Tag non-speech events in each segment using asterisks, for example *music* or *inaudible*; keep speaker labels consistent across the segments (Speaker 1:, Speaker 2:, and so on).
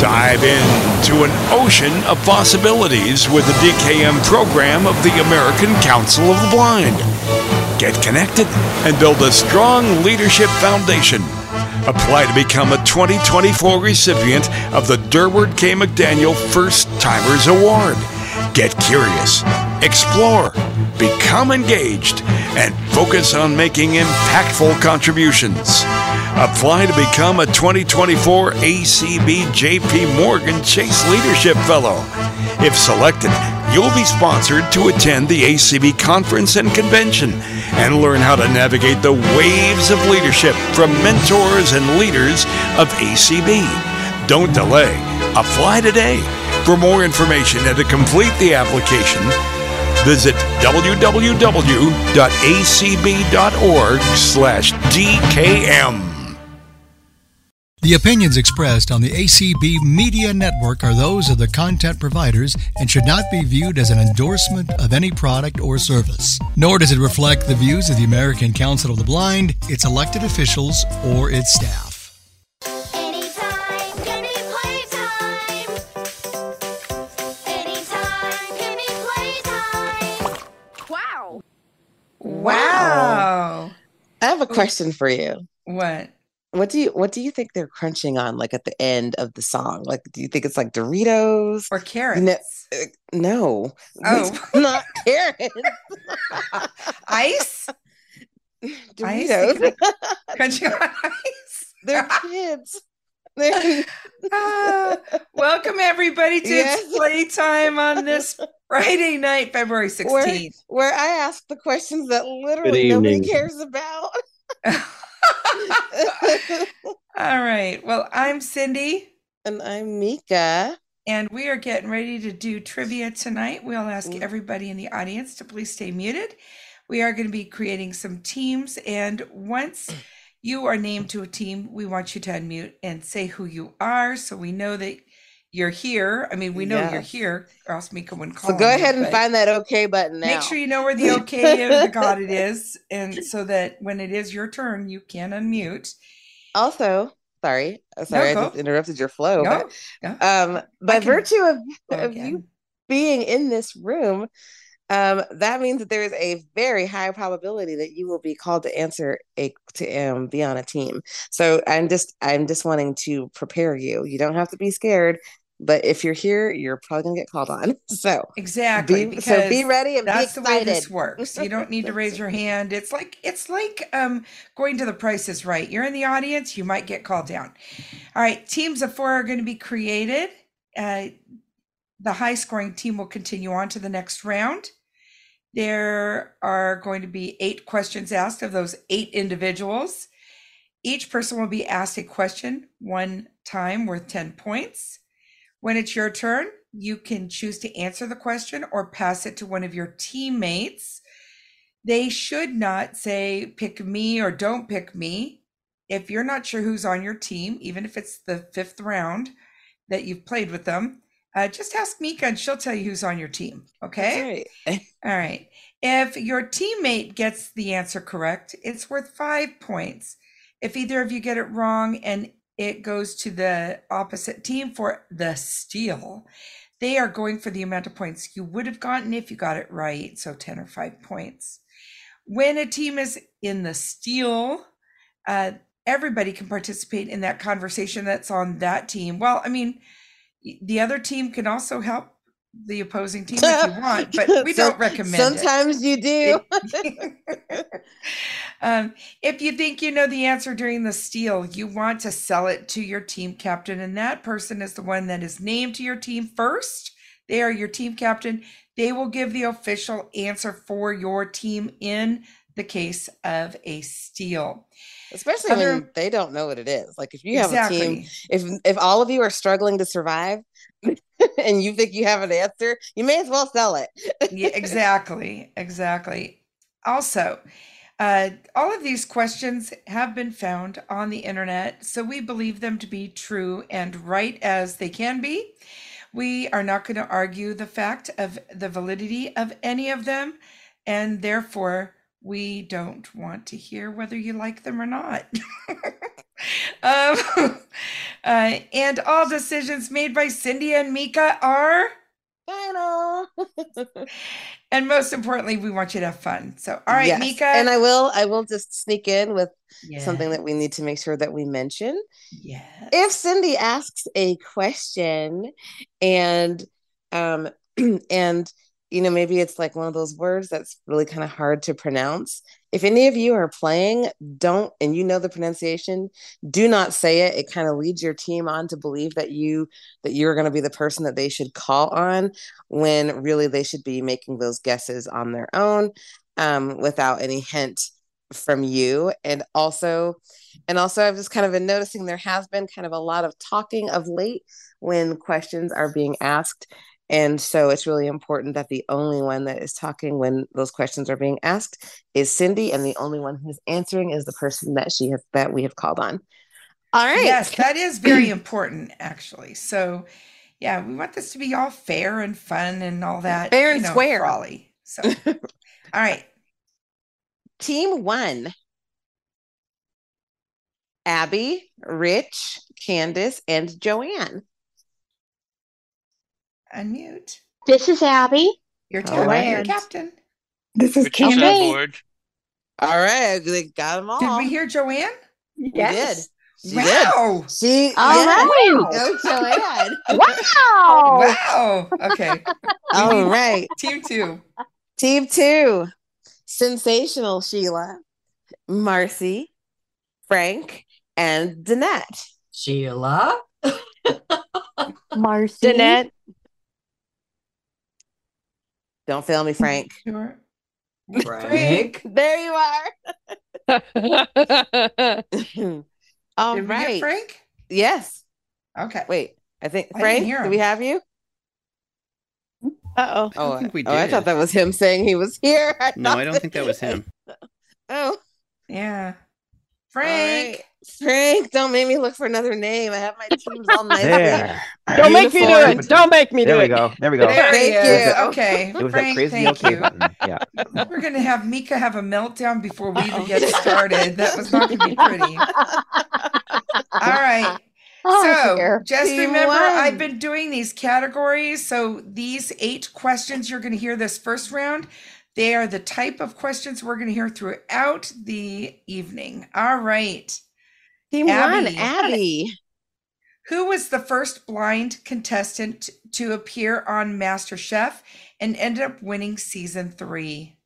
Speaker 1: Dive into an ocean of possibilities with the DKM program of the American Council of the Blind. Get connected and build a strong leadership foundation. Apply to become a 2024 recipient of the Durward K. McDaniel First Timers Award. Get curious, explore, become engaged, and focus on making impactful contributions. Apply to become a 2024 ACB JP Morgan Chase Leadership Fellow. If selected, you'll be sponsored to attend the ACB conference and convention and learn how to navigate the waves of leadership from mentors and leaders of ACB. Don't delay. Apply today. For more information and to complete the application, visit www.acb.org/dkm.
Speaker 2: The opinions expressed on the ACB Media Network are those of the content providers and should not be viewed as an endorsement of any product or service. Nor does it reflect the views of the American Council of the Blind, its elected officials, or its staff.
Speaker 3: Anytime, any playtime. Anytime, any playtime.
Speaker 4: Wow.
Speaker 5: Wow.
Speaker 6: I have a question for you.
Speaker 5: What?
Speaker 6: What do you what do you think they're crunching on like at the end of the song? Like do you think it's like Doritos?
Speaker 5: Or carrots?
Speaker 6: Uh, No.
Speaker 5: Oh.
Speaker 6: It's
Speaker 5: *laughs*
Speaker 6: not carrots. *laughs*
Speaker 5: Ice? I used to *laughs*
Speaker 6: Doritos. *laughs*
Speaker 5: Crunchy on ice?
Speaker 6: They're kids. They're-
Speaker 5: *laughs* Ah, welcome everybody to
Speaker 6: Yes.
Speaker 5: It's Playtime on
Speaker 6: *laughs*
Speaker 5: this Friday night, February
Speaker 6: where,
Speaker 5: 16th.
Speaker 6: where I ask the questions that literally nobody
Speaker 7: evening.
Speaker 6: cares about.
Speaker 5: *laughs* All right. Well, I'm Cindy,
Speaker 6: and I'm Mika.
Speaker 5: and we are getting ready to do trivia tonight. We'll ask
Speaker 6: Mm.
Speaker 5: everybody in the audience to please stay muted. We are going to be creating some teams, and once you are named to a team, we want you to unmute and say who you are so we know that you're here. I mean, we know you're
Speaker 6: Yes.
Speaker 5: here, or else Mika wouldn't call.
Speaker 6: So go
Speaker 5: on you,
Speaker 6: ahead and
Speaker 5: but-
Speaker 6: find that okay button now.
Speaker 5: Make sure you know where the okay and the God it is, and so that when it is your turn, you can unmute.
Speaker 6: *laughs* also, sorry, uh, sorry,
Speaker 5: go.
Speaker 6: I just interrupted your flow.
Speaker 5: No,
Speaker 6: But, um, by
Speaker 5: can
Speaker 6: virtue of,
Speaker 5: go
Speaker 6: of you
Speaker 5: again.
Speaker 6: being in this room, um, that means that there is a very high probability that you will be called to answer a to um, be on a team. So I'm just I'm just wanting to prepare you. You don't have to be scared, but if you're here, you're probably gonna get called on. *laughs* So
Speaker 5: exactly.
Speaker 6: be so
Speaker 5: because
Speaker 6: be ready and be
Speaker 5: that's the way this
Speaker 6: excited.
Speaker 5: works. You don't need to
Speaker 6: *laughs*
Speaker 5: raise your hand. It's like it's like um going to the Price is Right. You're in the audience. You might get called down. All right, teams of four are going to be created. Uh, the high scoring team will continue on to the next round. There are going to be eight questions asked of those eight individuals. Each person will be asked a question one time worth 10 points. When it's your turn, you can choose to answer the question or pass it to one of your teammates. They should not say, pick me or don't pick me. If you're not sure who's on your team, even if it's the fifth round that you've played with them, uh, just ask Mika and she'll tell you who's on your team. Okay.
Speaker 6: That's right. *laughs*
Speaker 5: All right. If your teammate gets the answer correct, it's worth five points. If either of you get it wrong and it goes to the opposite team for the steal, they are going for the amount of points you would have gotten if you got it right. So 10 or five points. When a team is in the steal, uh, everybody can participate in that conversation that's on that team. Well, I mean, y- the other team can also help the
Speaker 6: *laughs*
Speaker 5: opposing team if you want, but we
Speaker 6: So-
Speaker 5: don't recommend it.
Speaker 6: Sometimes you do.
Speaker 5: um, if you think you know the answer during the steal, you want to sell it to your team captain, and that person is the one that is named to your team first. They are your team captain. They will give the official answer for your team in the case of a steal.
Speaker 6: Especially
Speaker 5: Other-
Speaker 6: when they don't know what it is. Like if you have a team if if all of you are struggling to survive *laughs* and you think you have an answer, you may as well sell it.
Speaker 5: yeah, exactly, exactly. Also, uh, all of these questions have been found on the internet, so we believe them to be true and right as they can be. We are not going to argue the fact of the validity of any of them, and therefore, we don't want to hear whether you like them or not. *laughs* Um, *laughs* uh, and all decisions made by Cindy and Mika are,
Speaker 6: Final. *laughs*
Speaker 5: and most importantly, we want you to have fun. So, all right,
Speaker 6: Yes.
Speaker 5: Mika.
Speaker 6: And I will I will just sneak in with
Speaker 5: Yeah,
Speaker 6: something that we need to make sure that we mention.
Speaker 5: yeah.
Speaker 6: If Cindy asks a question and um *clears throat* and you know maybe it's like one of those words that's really kind of hard to pronounce. If any of you are playing, don't and you know the pronunciation, do not say it. It kind of leads your team on to believe that you that you're going to be the person that they should call on when really they should be making those guesses on their own um, without any hint from you and also and also i've just kind of been noticing there has been kind of a lot of talking of late when questions are being asked and so it's really important that the only one that is talking when those questions are being asked is cindy and the only one who's answering is the person that she has that we have called on all right
Speaker 5: Yes, that is very important, actually. So, yeah, we want this to be all fair and fun and all that.
Speaker 6: Fair
Speaker 5: you
Speaker 6: and
Speaker 5: know,
Speaker 6: square.
Speaker 5: frolly.
Speaker 6: *laughs*
Speaker 5: So, all right.
Speaker 6: Team one Abby, Rich, Candace, and Joanne.
Speaker 5: Unmute.
Speaker 4: This is Abby.
Speaker 5: Your
Speaker 6: All
Speaker 5: captain. Your
Speaker 4: right.
Speaker 5: captain.
Speaker 4: This is
Speaker 7: Which is on
Speaker 4: Candace.
Speaker 7: board.
Speaker 6: All right, they got them all.
Speaker 5: Did we hear Joanne?
Speaker 4: Yes.
Speaker 6: She
Speaker 5: wow.
Speaker 6: did. She
Speaker 4: All right.
Speaker 6: Go Joanne. *laughs*
Speaker 4: Wow.
Speaker 5: Wow. Okay.
Speaker 6: all right.
Speaker 5: Team two.
Speaker 6: Team two Sensational Sheila, Marcy, Frank, and Danette.
Speaker 8: Sheila?
Speaker 4: Marcy.
Speaker 9: Danette,
Speaker 6: Don't fail me, Frank.
Speaker 5: *laughs* Sure.
Speaker 8: Frank?
Speaker 6: there you *laughs* are. all
Speaker 5: Did we get
Speaker 6: right.
Speaker 5: Frank?
Speaker 6: Yes.
Speaker 5: Okay.
Speaker 6: Wait. I think
Speaker 5: I didn't
Speaker 6: Frank,
Speaker 5: hear
Speaker 6: do we
Speaker 5: him.
Speaker 6: have you?
Speaker 9: uh oh.
Speaker 6: Oh,
Speaker 7: think we
Speaker 6: oh, I
Speaker 7: did.
Speaker 6: thought that was him saying he was here. I
Speaker 7: No,
Speaker 6: thought
Speaker 7: I don't think that was him.
Speaker 6: Oh,
Speaker 5: Yeah.
Speaker 6: all
Speaker 5: Frank.
Speaker 6: right. Frank, don't make me look for another name. I have my teams all nicely.
Speaker 10: There.
Speaker 9: Don't make me do
Speaker 6: Uniform.
Speaker 9: it. Don't make me do
Speaker 10: There
Speaker 9: it.
Speaker 10: we go. There we go.
Speaker 5: There he
Speaker 6: Thank
Speaker 5: is.
Speaker 6: you.
Speaker 5: Okay.
Speaker 10: It was that
Speaker 5: Frank,
Speaker 10: crazy
Speaker 5: thank
Speaker 10: okay
Speaker 5: you.
Speaker 10: button. Yeah.
Speaker 5: We're going to have Mika have a meltdown before we even get started. That was not going to be pretty. All
Speaker 4: *laughs*
Speaker 5: right.
Speaker 4: Oh,
Speaker 5: so
Speaker 4: dear.
Speaker 5: just
Speaker 6: Team
Speaker 5: remember, I've
Speaker 6: one.
Speaker 5: been doing these categories. So these eight questions you're going to hear this first round, they are the type of questions we're going to hear throughout the evening. All right.
Speaker 6: Team
Speaker 5: Abby.
Speaker 6: one, Abby.
Speaker 5: Who was the first blind contestant to appear on MasterChef and ended up winning season three?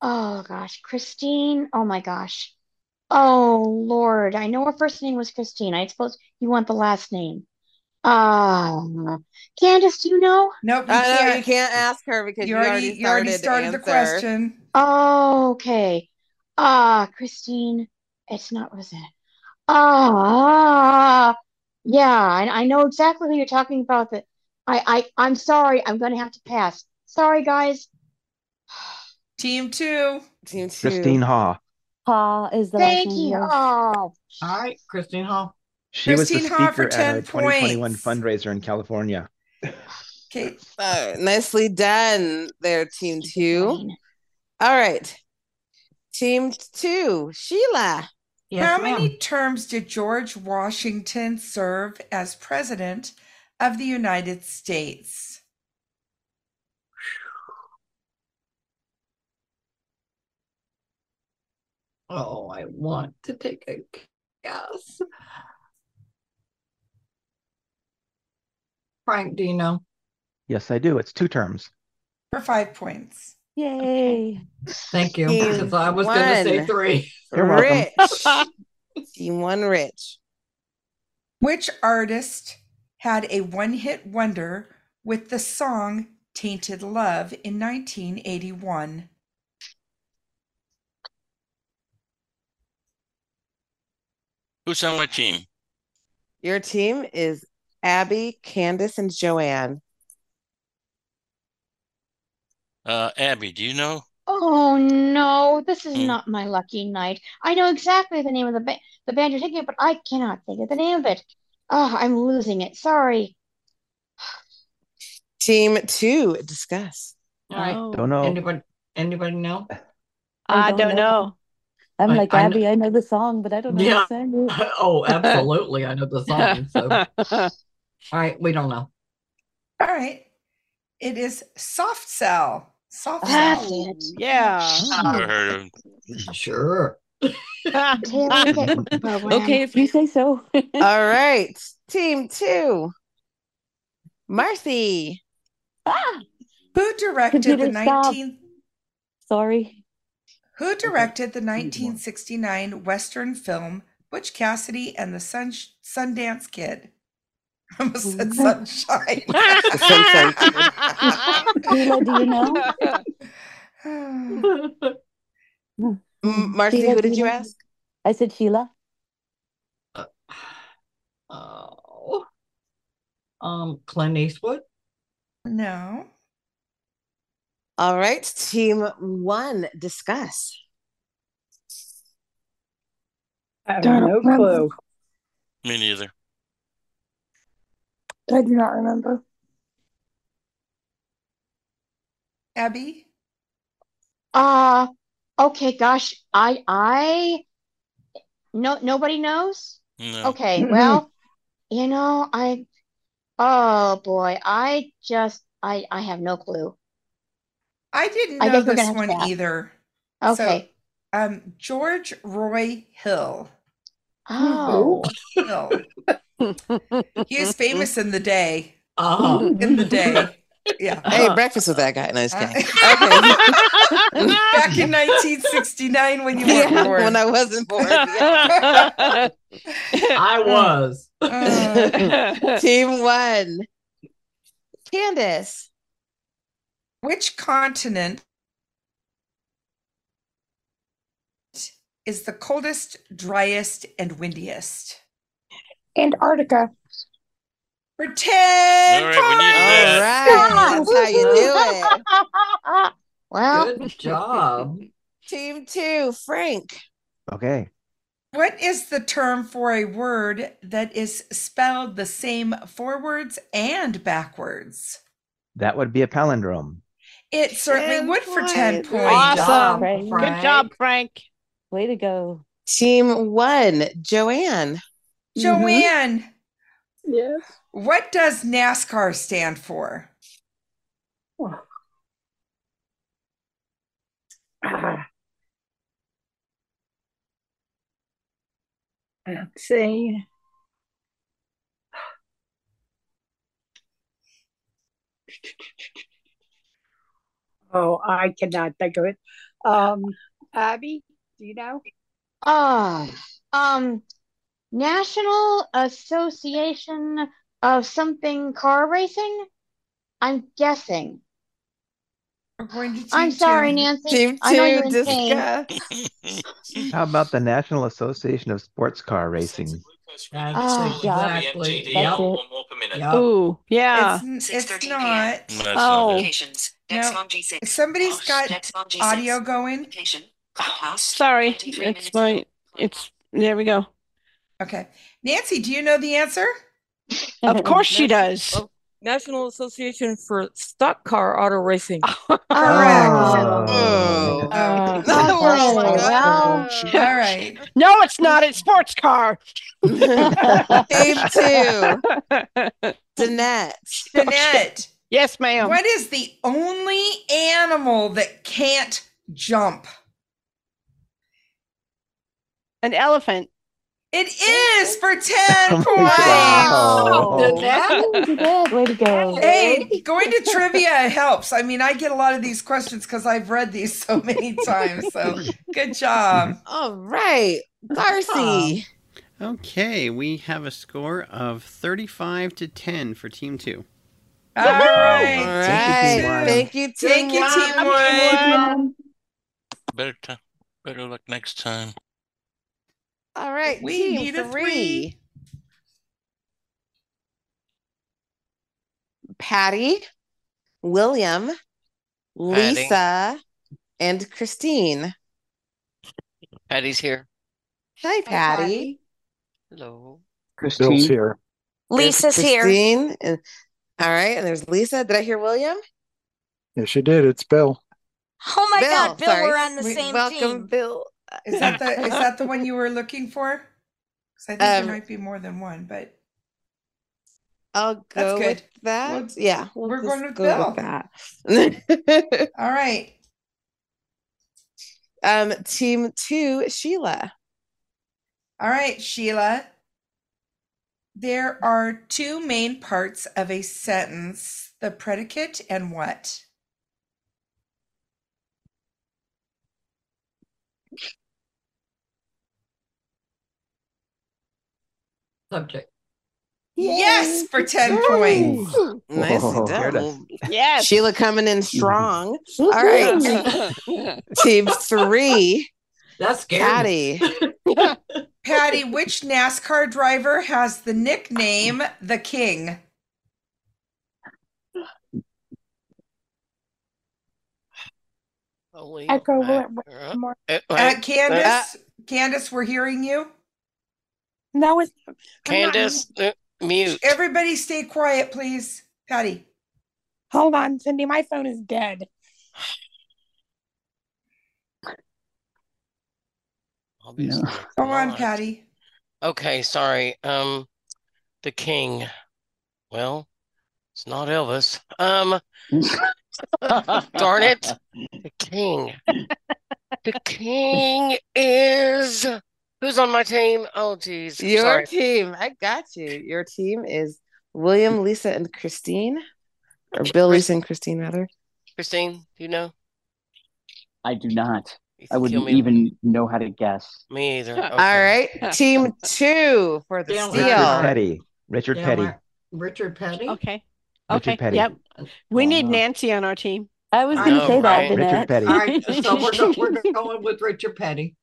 Speaker 4: Oh gosh, Christine. Oh my gosh. Oh Lord, I know her first name was Christine. I suppose you want the last name. Um, Candace, do you know?
Speaker 5: Nope, you
Speaker 6: I know you
Speaker 5: can't.
Speaker 6: can't ask her because
Speaker 5: You already, you already started
Speaker 6: answer.
Speaker 5: the question.
Speaker 4: Oh, okay. Ah, Christine. It's not Rosette. Ah, yeah. I, I know exactly who you're talking about. That I, I, I'm sorry. I'm gonna have to pass. Sorry, guys.
Speaker 5: Team two.
Speaker 6: Team two.
Speaker 10: Christine Haw.
Speaker 11: Paul is the
Speaker 4: Thank
Speaker 11: last
Speaker 4: you.
Speaker 11: name. yes.
Speaker 4: Oh,
Speaker 8: All right, Christine Hall.
Speaker 10: She was
Speaker 5: Christine
Speaker 10: the
Speaker 5: Haw for
Speaker 10: speaker at
Speaker 5: 10
Speaker 10: a 2021
Speaker 5: points.
Speaker 10: fundraiser in California.
Speaker 5: Okay,
Speaker 6: So, Uh, nicely done there, team two.
Speaker 4: fine.
Speaker 6: All right. Team two, Sheila.
Speaker 8: Yes,
Speaker 5: how
Speaker 8: ma'am.
Speaker 5: many terms did George Washington serve as president of the United States?
Speaker 8: Oh, I want to take a guess. Frank, do you know?
Speaker 10: Yes, I do. It's two terms.
Speaker 5: For five points.
Speaker 11: Yay.
Speaker 8: Thank you.
Speaker 6: Team
Speaker 8: Because I was going to say
Speaker 6: one.
Speaker 8: three.
Speaker 10: You're welcome.
Speaker 6: Rich.
Speaker 10: *laughs*
Speaker 6: team one, Rich.
Speaker 5: Which artist had a one hit wonder with the song Tainted Love in 1981?
Speaker 7: Who's on my team?
Speaker 6: Your team is Abby, Candace, and Joanne.
Speaker 7: Uh, Abby, do you know?
Speaker 4: Oh no, this is
Speaker 7: Hmm.
Speaker 4: not my lucky night. I know exactly the name of the ba the band you're thinking of, but I cannot think of the name of it. Oh, I'm losing it. Sorry.
Speaker 6: Team two, discuss.
Speaker 8: All right.
Speaker 10: Don't know.
Speaker 8: Anybody, anybody know?
Speaker 11: I
Speaker 9: I don't know.
Speaker 11: I'm
Speaker 8: I-
Speaker 11: like,
Speaker 8: I kn-
Speaker 11: Abby, I know the song, but I don't know
Speaker 8: Yeah.
Speaker 11: the song.
Speaker 8: *laughs* Oh, absolutely. I
Speaker 11: *laughs*
Speaker 8: know the song. So I we don't know.
Speaker 5: All right. It is soft sell. Soft
Speaker 11: Ah,
Speaker 4: That's
Speaker 5: sell.
Speaker 4: it.
Speaker 9: yeah.
Speaker 8: *laughs*
Speaker 11: Uh,
Speaker 7: Never heard of 'em.
Speaker 8: Sure.
Speaker 4: Taylor
Speaker 11: *laughs*
Speaker 4: Swift program.
Speaker 11: Okay, if you say so. *laughs*
Speaker 6: All right, team two. Marcy.
Speaker 11: ah,
Speaker 5: Who directed the
Speaker 11: Computer, stop.
Speaker 5: 19
Speaker 11: sorry.
Speaker 5: Who directed the 1969 Western film Butch Cassidy and the Sun- Sundance Kid? *laughs* I almost said
Speaker 11: *laughs*
Speaker 5: sunshine.
Speaker 11: Sheila, *laughs* do you know?
Speaker 5: *laughs* *sighs*
Speaker 11: *laughs*
Speaker 6: M- Marcy,
Speaker 11: Mm. Sheila,
Speaker 6: who
Speaker 11: do
Speaker 6: did you
Speaker 11: know?
Speaker 6: ask?
Speaker 11: I said Sheila.
Speaker 8: Oh. Um, Clint Eastwood.
Speaker 5: no.
Speaker 6: All right, team one, discuss.
Speaker 9: I have no clue.
Speaker 7: Me neither.
Speaker 9: I do not remember.
Speaker 5: Abby?
Speaker 4: Uh, okay, gosh, I I no nobody knows?
Speaker 7: No.
Speaker 4: Okay, well, you know, I oh boy, I just I I have no clue.
Speaker 5: I didn't
Speaker 4: I
Speaker 5: know
Speaker 4: think we're
Speaker 5: this
Speaker 4: gonna
Speaker 5: one
Speaker 4: have to ask.
Speaker 5: either.
Speaker 4: Okay.
Speaker 5: So, um, George Roy Hill.
Speaker 4: Oh,
Speaker 5: Hill. he was famous in the day.
Speaker 8: Uh,
Speaker 5: In the day. Yeah.
Speaker 6: Oh. *laughs* Hey, breakfast with that guy. No, just
Speaker 5: *laughs* Uh,
Speaker 6: kidding.
Speaker 5: Back in 1969 when you were
Speaker 6: Yeah,
Speaker 5: born.
Speaker 6: when I wasn't born. yeah.
Speaker 8: I
Speaker 9: Mm.
Speaker 8: was.
Speaker 6: *laughs*
Speaker 5: Uh,
Speaker 6: Team one. Candace.
Speaker 5: which continent is the coldest, driest, and windiest?
Speaker 9: Antarctica.
Speaker 5: For 10
Speaker 7: All right, we need
Speaker 5: points!
Speaker 6: All
Speaker 7: that.
Speaker 6: right. That's how you do it.
Speaker 4: well,
Speaker 8: Good job.
Speaker 6: Team two, Frank.
Speaker 10: Okay.
Speaker 5: What is the term for a word that is spelled the same forwards and backwards?
Speaker 10: That would be a palindrome.
Speaker 5: It certainly
Speaker 6: 10
Speaker 5: would for 10
Speaker 6: points.
Speaker 5: points.
Speaker 9: Awesome.
Speaker 11: Frank.
Speaker 9: Good job, Frank.
Speaker 11: Way to go.
Speaker 6: Team one, Joanne.
Speaker 9: Mm-hmm.
Speaker 5: Joanne,
Speaker 9: Yes.
Speaker 5: what does NASCAR stand for?
Speaker 9: Ah. Let's see. Oh, I cannot think of it. Um, Abby, do you know?
Speaker 4: uh, um, National Association of something car racing? I'm guessing.
Speaker 5: We're going to
Speaker 4: I'm
Speaker 5: teach
Speaker 4: sorry,
Speaker 5: you.
Speaker 4: Nancy.
Speaker 6: Team
Speaker 4: I know
Speaker 6: two,
Speaker 4: you're in pain.
Speaker 6: discuss.
Speaker 10: How about the National Association of Sports Car Racing?
Speaker 8: That's
Speaker 5: Ah,
Speaker 4: Oh,
Speaker 11: Ah, yeah.
Speaker 8: exactly.
Speaker 11: That's
Speaker 8: Yep.
Speaker 11: it.
Speaker 8: Yep.
Speaker 9: Ooh, yeah.
Speaker 5: It's, it's not.
Speaker 7: No, that's not
Speaker 9: Oh,
Speaker 7: it.
Speaker 5: Next Somebody's got audio going. Uh-huh.
Speaker 9: sorry. It's my, it's, there we go.
Speaker 5: Okay. Nancy, do you know the answer?
Speaker 12: *laughs*
Speaker 9: Of course she does.
Speaker 12: National Association for Stock Car Auto
Speaker 9: *laughs*
Speaker 12: Racing. *laughs*
Speaker 10: Oh.
Speaker 6: Oh.
Speaker 5: Oh.
Speaker 6: No,
Speaker 4: Oh,
Speaker 6: my
Speaker 12: *laughs*
Speaker 4: well.
Speaker 6: gosh.
Speaker 5: All right.
Speaker 9: No, it's not. It's sports car. *laughs*
Speaker 6: Team two, Danette.
Speaker 5: Danette,
Speaker 9: Yes, ma'am.
Speaker 5: what is the only animal that can't jump?
Speaker 9: An elephant.
Speaker 5: It is for 10 points.
Speaker 10: Wow.
Speaker 11: Ooh, you did. Way to go.
Speaker 5: Hey, going to trivia helps. I mean, I get a lot of these questions because I've read these so many times. So good job.
Speaker 6: All right, Darcy.
Speaker 13: Okay, we have a score of 35 to 10 for team two.
Speaker 5: All
Speaker 6: All
Speaker 5: right.
Speaker 6: right.
Speaker 5: one.
Speaker 6: Thank you, team
Speaker 5: Thank you,
Speaker 6: one.
Speaker 5: team one.
Speaker 7: Better time. Better luck next time.
Speaker 6: All right,
Speaker 5: We
Speaker 6: team
Speaker 5: need a
Speaker 6: three. Patty, William, Lisa, and Christine.
Speaker 12: Patty's here.
Speaker 6: Hi, Patty.
Speaker 12: Hello.
Speaker 10: Christine.
Speaker 13: here.
Speaker 6: There's
Speaker 12: Lisa's here.
Speaker 6: Christine. And, all right, and there's Lisa. Did I hear William?
Speaker 13: Yes, you did. It's Bill.
Speaker 6: Oh my God, Bill, we're on
Speaker 5: the same
Speaker 6: Welcome, Bill.
Speaker 5: Is that the is that
Speaker 6: *laughs*
Speaker 5: the one you were looking for? Because I think
Speaker 6: Um,
Speaker 5: there might be more than one, but
Speaker 6: I'll
Speaker 5: That's
Speaker 6: go
Speaker 5: good.
Speaker 6: with that.
Speaker 5: We'll-
Speaker 6: yeah, we'll
Speaker 5: we're
Speaker 6: just
Speaker 5: going with
Speaker 6: go with
Speaker 5: Bill.
Speaker 6: that.
Speaker 5: *laughs*
Speaker 6: *laughs*
Speaker 5: All right.
Speaker 6: Um, team two, Sheila.
Speaker 5: All right, Sheila. There are two main parts of a sentence the predicate and what?
Speaker 8: Subject.
Speaker 5: Yes, for 10 points.
Speaker 6: Nicely done.
Speaker 13: Whoa, there it is.
Speaker 6: Well, Sheila coming in
Speaker 14: Mm-hmm.
Speaker 6: strong. All right. *laughs* team
Speaker 11: *laughs*
Speaker 6: three.
Speaker 8: That's
Speaker 6: Patty.
Speaker 5: *laughs* Patty, which NASCAR driver has the nickname the King?
Speaker 9: Echo
Speaker 7: Uh,
Speaker 9: what, what more?
Speaker 7: Uh,
Speaker 5: Uh,
Speaker 7: wait,
Speaker 5: Candace, Candace, we're hearing you.
Speaker 9: No, it's
Speaker 7: Candace, uh, mute.
Speaker 5: Everybody stay quiet, please. Patty.
Speaker 9: hold on, Cindy. My phone is dead.
Speaker 7: Obviously
Speaker 5: Go on,
Speaker 7: not.
Speaker 5: Patty.
Speaker 7: Okay, sorry. Um, the king. Well, it's not Elvis. Um, darn it. The king. The king is. Who's on my team? Oh, geez. I'm
Speaker 6: Your
Speaker 7: sorry.
Speaker 6: team. I got you. Your team is William, Lisa, and Christine. Or Bill, Lisa, and Christine, rather.
Speaker 7: Christine, do you know?
Speaker 14: I do not.
Speaker 7: You
Speaker 14: I
Speaker 7: can kill
Speaker 14: wouldn't
Speaker 7: me with-
Speaker 14: even know how to guess.
Speaker 7: Me either.
Speaker 6: All right.
Speaker 15: *laughs*
Speaker 7: *laughs*
Speaker 6: Team two for the
Speaker 8: Damn
Speaker 6: steal.
Speaker 8: right.
Speaker 14: Richard Petty. Richard
Speaker 8: Yeah,
Speaker 14: Petty.
Speaker 8: my- Richard Petty.
Speaker 15: Okay.
Speaker 14: Richard
Speaker 15: Okay.
Speaker 14: Petty.
Speaker 15: Yep. We need
Speaker 14: Wow.
Speaker 15: Nancy on our team.
Speaker 11: I was
Speaker 14: I
Speaker 11: going to
Speaker 14: know,
Speaker 11: say
Speaker 14: right?
Speaker 11: that,
Speaker 14: Richard
Speaker 11: Jeanette.
Speaker 14: Petty.
Speaker 8: All right, so we're, go- we're *laughs* going with Richard Petty.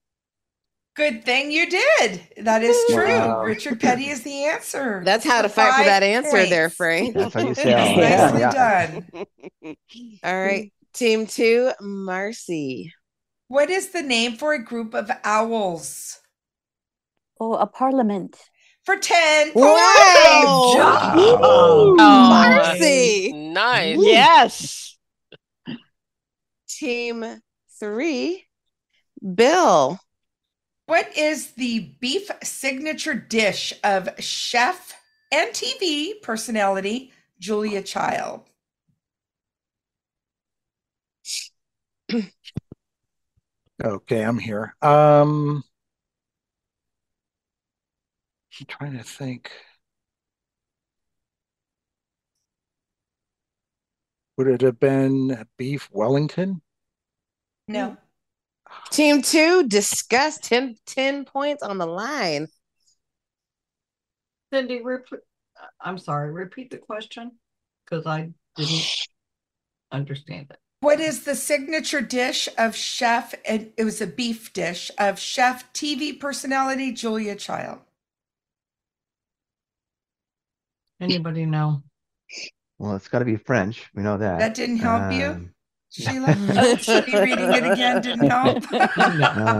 Speaker 5: Good thing you did. That is true.
Speaker 14: Wow.
Speaker 5: Richard Petty is the answer.
Speaker 6: That's how to
Speaker 5: For
Speaker 6: fight for
Speaker 5: five
Speaker 6: that answer there,
Speaker 5: points.
Speaker 6: Frank.
Speaker 14: That's
Speaker 5: *laughs*
Speaker 14: how you say it.
Speaker 5: Nicely
Speaker 14: Yeah.
Speaker 5: done.
Speaker 6: All right. Team two, Marcy.
Speaker 5: What is the name for a group of owls?
Speaker 11: Oh, a parliament.
Speaker 5: For 10
Speaker 6: Wow.
Speaker 5: points.
Speaker 11: Oh,
Speaker 14: Wow.
Speaker 6: Marcy.
Speaker 7: Nice.
Speaker 15: Yes.
Speaker 6: Team three, Bill.
Speaker 5: What is the beef signature dish of chef and TV personality Julia Child?
Speaker 16: Okay, I'm here. Um, I'm trying to think. Would it have been beef Wellington?
Speaker 5: No.
Speaker 6: Team two, discuss 10, 10 points on the line.
Speaker 8: Cindy, rep- I'm sorry, repeat the question because I didn't understand it.
Speaker 5: What is the signature dish of chef and it was a beef dish of chef TV personality Julia Child?
Speaker 8: Anybody know?
Speaker 14: Well, it's got to be French. We know that.
Speaker 5: That didn't help you?
Speaker 14: Um,
Speaker 10: *laughs*
Speaker 15: *laughs*
Speaker 5: Sheila, Oh, she reading it again didn't help. *laughs*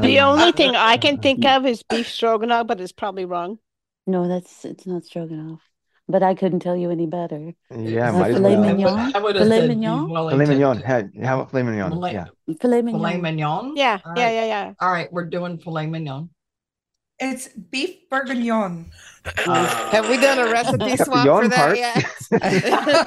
Speaker 15: The
Speaker 14: um,
Speaker 15: only thing I can think of is beef stroganoff, but it's probably wrong.
Speaker 11: No, that's it's not stroganoff. But I couldn't tell you any better.
Speaker 14: Yeah,
Speaker 11: Uh,
Speaker 14: might as
Speaker 11: filet
Speaker 14: well.
Speaker 11: mignon?
Speaker 8: I would have
Speaker 11: Filet
Speaker 8: said beef
Speaker 11: mignon?
Speaker 14: Filet
Speaker 8: Wellington.
Speaker 14: mignon. Hey, How about filet mignon?
Speaker 8: Filet-
Speaker 14: Yeah.
Speaker 11: Filet
Speaker 8: Filet
Speaker 11: mignon.
Speaker 8: mignon?
Speaker 15: Yeah,
Speaker 8: All
Speaker 15: yeah,
Speaker 8: right.
Speaker 15: yeah, yeah.
Speaker 8: All right, we're doing filet mignon.
Speaker 5: It's beef bourguignon.
Speaker 6: Uh, Have we done a
Speaker 5: *laughs*
Speaker 6: recipe
Speaker 14: Got the
Speaker 6: swap for
Speaker 14: yawn
Speaker 6: that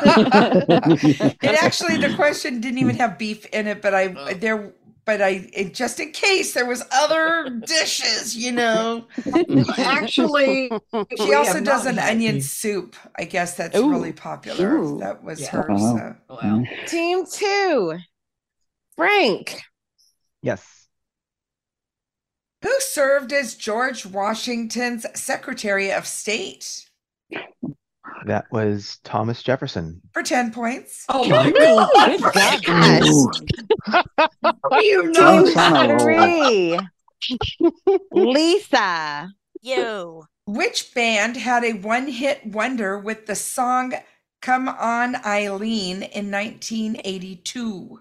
Speaker 14: part.
Speaker 8: *laughs*
Speaker 6: *laughs*
Speaker 5: it actually the question didn't even have beef in it, but I there but I it, just in case there was other dishes, you know.
Speaker 6: *laughs*
Speaker 8: Actually,
Speaker 5: She
Speaker 8: we
Speaker 5: also
Speaker 8: have
Speaker 5: does
Speaker 8: not
Speaker 5: an
Speaker 8: had
Speaker 5: onion
Speaker 8: beef.
Speaker 5: soup. I guess that's
Speaker 11: Ooh.
Speaker 5: really popular.
Speaker 11: Ooh.
Speaker 5: That was
Speaker 8: Yeah.
Speaker 5: her.
Speaker 14: Wow.
Speaker 5: So
Speaker 8: Well,
Speaker 6: yet? Team two, Frank.
Speaker 14: Yes.
Speaker 5: who served as George Washington's Secretary of State
Speaker 14: That was Thomas Jefferson.
Speaker 5: for ten points?
Speaker 8: oh my god!
Speaker 11: Good God.
Speaker 14: Ooh.
Speaker 8: You know,
Speaker 14: Don't
Speaker 6: Team
Speaker 14: sound old.
Speaker 6: three, Lisa.
Speaker 12: You.
Speaker 5: Which band had a one-hit wonder with the song "Come On, Eileen" in 1982?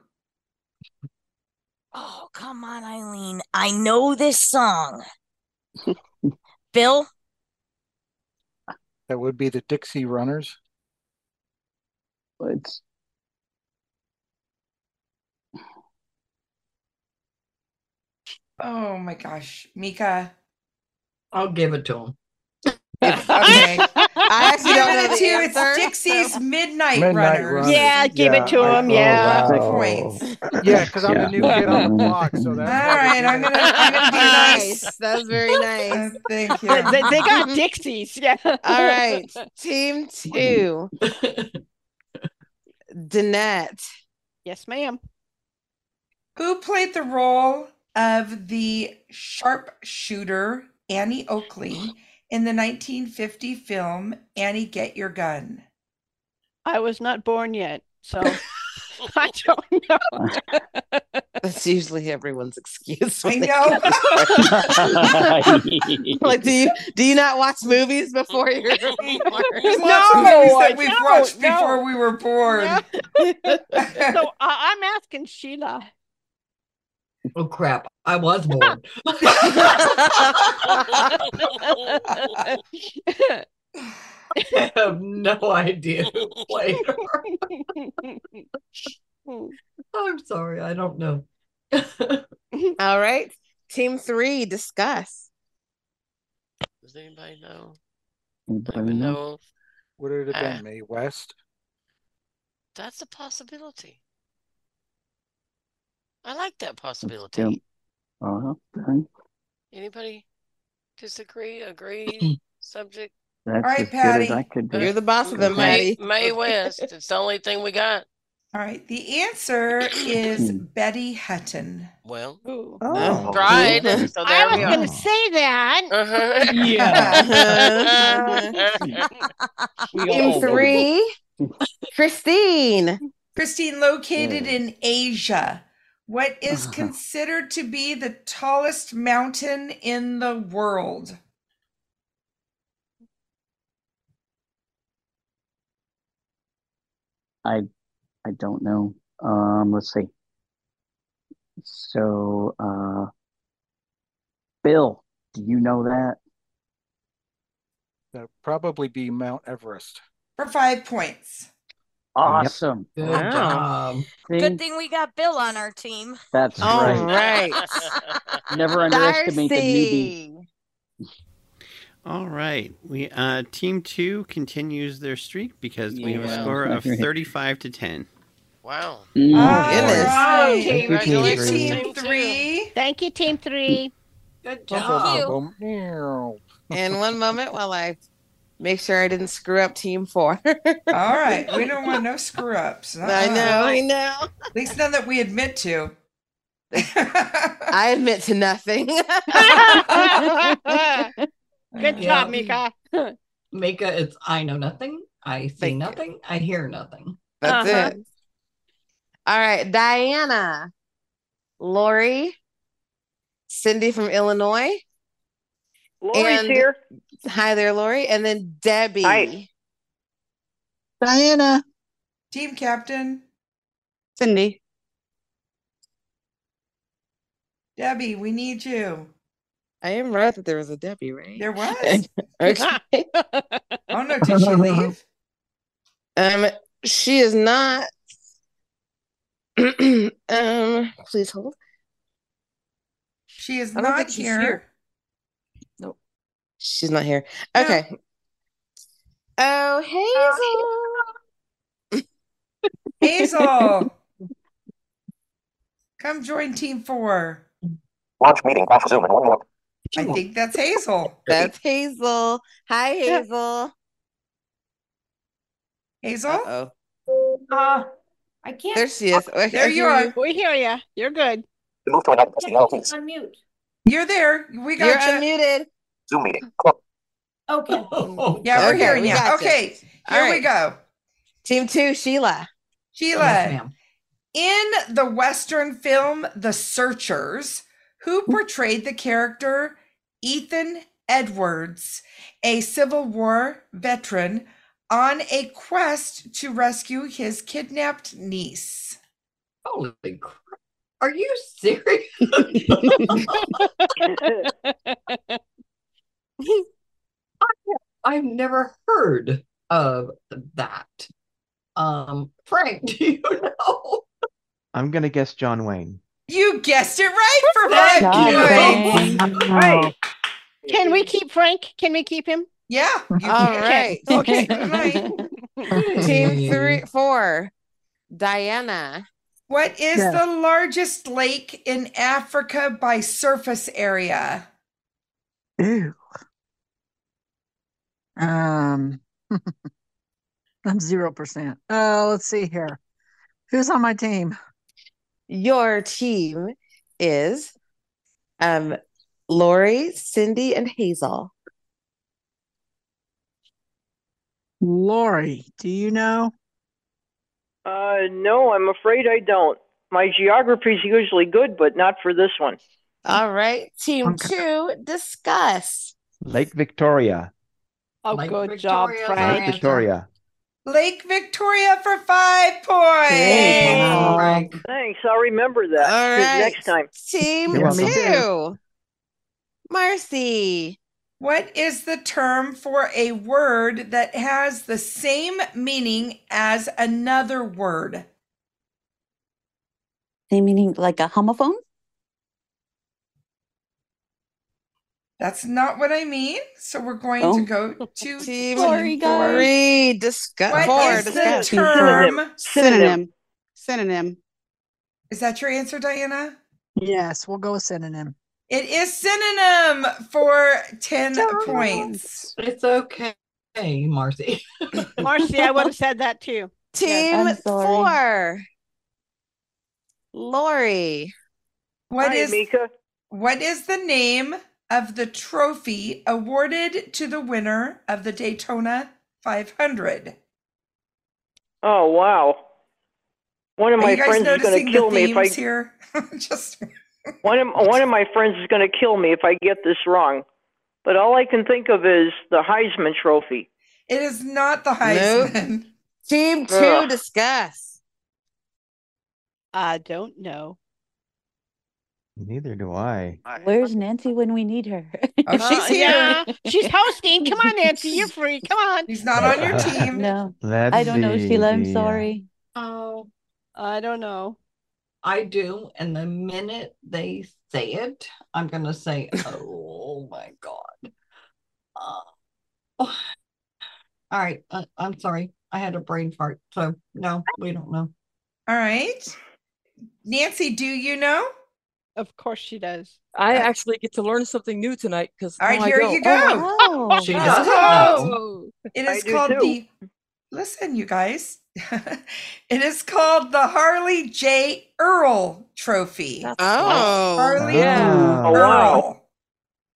Speaker 12: Oh, come on, Eileen. I know this song. Bill?
Speaker 16: That would be the Dixie Runners.
Speaker 14: It's
Speaker 5: Oh my gosh, Mika.
Speaker 8: I'll give it to him.
Speaker 5: Okay.
Speaker 6: I actually don't know
Speaker 5: Give
Speaker 6: the
Speaker 5: it to it's
Speaker 6: answer,
Speaker 5: Dixie's Midnight,
Speaker 8: Midnight
Speaker 5: Runners.
Speaker 8: Runners. Yeah, give it to
Speaker 5: I-
Speaker 8: him, yeah.
Speaker 5: Big
Speaker 8: wow.
Speaker 5: Points.
Speaker 16: Oh, *laughs* Yeah, because I'm the new kid on the block, so
Speaker 5: All
Speaker 16: that's
Speaker 5: right, I'm gonna. I'm gonna be nice.
Speaker 6: That's very nice.
Speaker 5: Thank you.
Speaker 15: They, they- they
Speaker 5: *laughs*
Speaker 15: got Dixies. Yeah.
Speaker 6: All
Speaker 15: *laughs*
Speaker 6: right, team two. Danette.
Speaker 15: Yes, ma'am.
Speaker 5: Who played the role of the sharpshooter Annie Oakley in the 1950 film Annie Get Your Gun?
Speaker 15: I was not born yet,
Speaker 5: *laughs*
Speaker 15: so I don't know.
Speaker 6: That's usually everyone's excuse.
Speaker 5: I
Speaker 6: when they
Speaker 5: know. *laughs*
Speaker 6: go- *laughs* like, do you do you not watch movies before you're *laughs*
Speaker 5: There's
Speaker 6: born?
Speaker 5: lots of
Speaker 15: No,
Speaker 5: movies that we've
Speaker 15: no,
Speaker 5: watched
Speaker 15: no.
Speaker 5: before we were born. *laughs*
Speaker 15: No. So I, I'm asking Sheila.
Speaker 8: *laughs* Oh crap! I was born. *laughs* I have no idea who played her. I'm sorry, I don't know.
Speaker 6: *laughs* All right, team three. Discuss.
Speaker 7: Does anybody know?
Speaker 16: Anybody
Speaker 7: Even
Speaker 16: know?
Speaker 7: though
Speaker 16: Would it have
Speaker 7: Uh.
Speaker 16: been me, West?
Speaker 7: that's a possibility. I like that possibility.
Speaker 17: Yep. Uh, okay.
Speaker 7: Anybody disagree?
Speaker 17: *clears throat*
Speaker 7: Agree? Subject?
Speaker 17: That's
Speaker 5: right,
Speaker 17: as good as
Speaker 5: Patty.
Speaker 17: I could
Speaker 7: *laughs*
Speaker 17: do.
Speaker 6: You're the boss of them,
Speaker 7: May,
Speaker 6: Patty.
Speaker 7: May West. It's the only thing we got.
Speaker 5: All right, the answer is Betty Hutton.
Speaker 7: Well,
Speaker 15: Ooh.
Speaker 17: Oh.
Speaker 7: tried. So there
Speaker 15: I
Speaker 7: we
Speaker 15: was
Speaker 7: are.
Speaker 15: going to say that.
Speaker 7: Uh-huh.
Speaker 6: Yeah.
Speaker 7: *laughs*
Speaker 6: Uh,
Speaker 17: We
Speaker 6: Team
Speaker 17: all know.
Speaker 6: three. Christine.
Speaker 5: Christine,
Speaker 6: Hmm.
Speaker 5: located in Asia, what is
Speaker 17: Uh-huh.
Speaker 5: considered to be the tallest mountain in the world?
Speaker 17: I I don't know. Um, let's see. So, uh, Bill, do you know that?
Speaker 16: That'd probably be Mount Everest.
Speaker 5: For five points.
Speaker 17: Awesome.
Speaker 8: Good
Speaker 17: Wow.
Speaker 8: job. Oh.
Speaker 17: See,
Speaker 12: Good thing we got Bill on our team.
Speaker 17: that's
Speaker 6: All
Speaker 17: right.
Speaker 6: right.
Speaker 17: Never underestimate the newbie.
Speaker 6: Darcy.
Speaker 13: All right. We uh team 2 continues their streak because we have a
Speaker 7: Yeah.
Speaker 13: score
Speaker 17: *laughs*
Speaker 13: of
Speaker 17: Right.
Speaker 13: 35 to 10.
Speaker 7: wow.
Speaker 17: Mm.
Speaker 5: All
Speaker 6: goodness.
Speaker 5: right.
Speaker 15: Thank
Speaker 17: you, team
Speaker 5: Thank you,
Speaker 17: three.
Speaker 5: team three.
Speaker 15: Thank you, Team Three.
Speaker 8: Good
Speaker 12: Thank
Speaker 8: job.
Speaker 12: you.
Speaker 16: Boom, meow.
Speaker 6: And one moment while I make sure I didn't screw up team four.
Speaker 5: All right. We don't want no screw ups.
Speaker 6: *laughs* I know, I know.
Speaker 5: At least none that we admit to.
Speaker 6: *laughs* I admit to
Speaker 15: *laughs*
Speaker 6: nothing.
Speaker 15: Good
Speaker 8: Yeah.
Speaker 15: job, Mika.
Speaker 8: Mika, it's I know nothing. I see
Speaker 6: Thank you.
Speaker 8: nothing. I hear nothing.
Speaker 6: That's
Speaker 15: Uh-huh.
Speaker 6: it. All right, Diana, Lori, Cindy from Illinois.
Speaker 18: Lori's
Speaker 6: And-
Speaker 18: here.
Speaker 6: Hi there, Lori. And then Debbie.
Speaker 18: Hi. Diana.
Speaker 5: Team captain,
Speaker 18: Cindy.
Speaker 5: Debbie, we need you.
Speaker 6: I am right that there was a Debbie, right? *laughs*
Speaker 5: There was.
Speaker 6: Okay.
Speaker 5: Oh no, did she leave?
Speaker 6: um, she is not. *clears throat* um, please hold.
Speaker 5: She is
Speaker 6: I don't
Speaker 5: not
Speaker 6: think she's
Speaker 5: here.
Speaker 6: here. She's not here. Okay. Oh, Hazel.
Speaker 5: Oh,
Speaker 8: Uh, *laughs*
Speaker 5: Hazel, come join team four.
Speaker 19: Launch meeting off Zoom in one minute.
Speaker 5: I think that's Hazel.
Speaker 6: That's Hazel. Hi, Hazel.
Speaker 5: Hazel,
Speaker 6: oh.
Speaker 18: Uh, I can't.
Speaker 6: There she is. I- I
Speaker 5: There you
Speaker 6: hear
Speaker 5: are.
Speaker 15: We hear you. You're good.
Speaker 19: We move to another
Speaker 18: I
Speaker 19: listing now,
Speaker 18: can't
Speaker 19: please.
Speaker 18: unmute.
Speaker 5: you're there. We
Speaker 6: You're
Speaker 5: got you.
Speaker 6: unmuted.
Speaker 19: Zoom meeting. Close.
Speaker 18: Okay.
Speaker 5: Yeah, we're
Speaker 6: Okay,
Speaker 5: hearing
Speaker 6: we
Speaker 5: you.
Speaker 6: got you.
Speaker 5: Okay,
Speaker 6: All
Speaker 5: here we
Speaker 6: right.
Speaker 5: go.
Speaker 6: Team two, Sheila.
Speaker 5: Sheila,
Speaker 8: Yes, ma'am.
Speaker 5: in the Western film The Searchers, who portrayed the character Ethan Edwards, a Civil War veteran on a quest to rescue his kidnapped niece?
Speaker 8: Holy crap. Are you
Speaker 20: *laughs*
Speaker 8: serious? *laughs* I've never heard of that. Um, Frank, do you know?
Speaker 14: I'm gonna guess John Wayne.
Speaker 5: You guessed it right for five
Speaker 15: Thank
Speaker 5: points.
Speaker 15: you. Right. Can we keep Frank? Can we keep him?
Speaker 5: Yeah.
Speaker 15: All right.
Speaker 20: *laughs*
Speaker 6: Okay.
Speaker 15: *laughs* Okay.
Speaker 6: *laughs* Team three, four. Diana.
Speaker 5: What is
Speaker 6: Yes.
Speaker 5: the largest lake in Africa by surface area?
Speaker 20: Ew. Um, *laughs* I'm zero percent. Uh, let's see here. Who's on my team?
Speaker 6: Your team is um Lori, Cindy, and Hazel.
Speaker 20: Lori, do you know?
Speaker 21: Uh, no, I'm afraid I don't. My geography's usually good, but not for this one.
Speaker 6: All right, team two, discuss.
Speaker 10: Lake Victoria.
Speaker 15: Oh,
Speaker 5: Lake
Speaker 15: good
Speaker 5: Victoria,
Speaker 15: job,
Speaker 10: Lake
Speaker 15: Frank.
Speaker 10: Victoria.
Speaker 5: Lake Victoria for five points.
Speaker 21: Thanks, I'll remember that
Speaker 6: All
Speaker 21: for
Speaker 6: right.
Speaker 21: next time.
Speaker 6: Team
Speaker 21: You're welcome.
Speaker 6: two. Marcy.
Speaker 5: What is the term for a word that has the same meaning as another word?
Speaker 11: They meaning like a homophone?
Speaker 5: That's not what I mean. So we're going
Speaker 11: Oh.
Speaker 20: *laughs*
Speaker 5: to go to
Speaker 6: Team
Speaker 5: Lori,
Speaker 6: three, discuss.
Speaker 5: What
Speaker 6: four,
Speaker 5: is the
Speaker 6: discuss.
Speaker 5: term?
Speaker 20: Synonym.
Speaker 5: Synonym. Is that your answer, Diana?
Speaker 20: Yes, we'll go with synonym.
Speaker 5: It is synonym for 10 points.
Speaker 8: It's okay, Marcy.
Speaker 15: Marcy, I would have said that too.
Speaker 6: Team four. Lori.
Speaker 5: What is what is the name of the trophy awarded to the winner of the Daytona 500?
Speaker 21: Oh, wow. One of
Speaker 5: Are
Speaker 21: my
Speaker 5: you guys
Speaker 21: friends is going
Speaker 5: noticing the
Speaker 21: to kill me if I
Speaker 5: themes here? *laughs* Just
Speaker 21: one of one of my friends is going to kill me if I get this wrong. But all I can think of is the Heisman Trophy.
Speaker 5: it is not the
Speaker 21: Nope.
Speaker 5: Heisman.
Speaker 6: Team two,
Speaker 21: Ugh.
Speaker 6: discuss.
Speaker 15: I don't know.
Speaker 10: Neither do I.
Speaker 11: Where's Nancy when we need
Speaker 4: *laughs*
Speaker 11: her?
Speaker 5: Oh, she's here.
Speaker 15: yeah. *laughs* She's hosting. Come on, Nancy. You're free. Come on.
Speaker 5: He's not on your team.
Speaker 11: No.
Speaker 10: Let's
Speaker 11: I don't know,
Speaker 10: see,
Speaker 11: Sheila. I'm
Speaker 10: the, uh,
Speaker 11: sorry.
Speaker 8: Oh,
Speaker 15: I don't know.
Speaker 8: I do. And the minute they say it, I'm going to say, oh my God. Uh, *sighs* all right. Uh, I'm sorry. I had a brain fart. So, no, we don't know.
Speaker 5: All right. Nancy, do you know?
Speaker 15: Of course she does.
Speaker 22: I actually get to learn something new tonight because
Speaker 5: All right, here you go.
Speaker 6: Oh,
Speaker 8: She
Speaker 5: It's
Speaker 8: doesn't
Speaker 5: called-
Speaker 8: know.
Speaker 5: It
Speaker 8: I
Speaker 5: is
Speaker 8: do
Speaker 5: called
Speaker 8: too.
Speaker 5: the. Listen, you guys. *laughs* it is called the Harley J. Earl Trophy.
Speaker 6: Oh,
Speaker 5: Harley
Speaker 6: yeah.
Speaker 5: J.
Speaker 21: Oh, wow.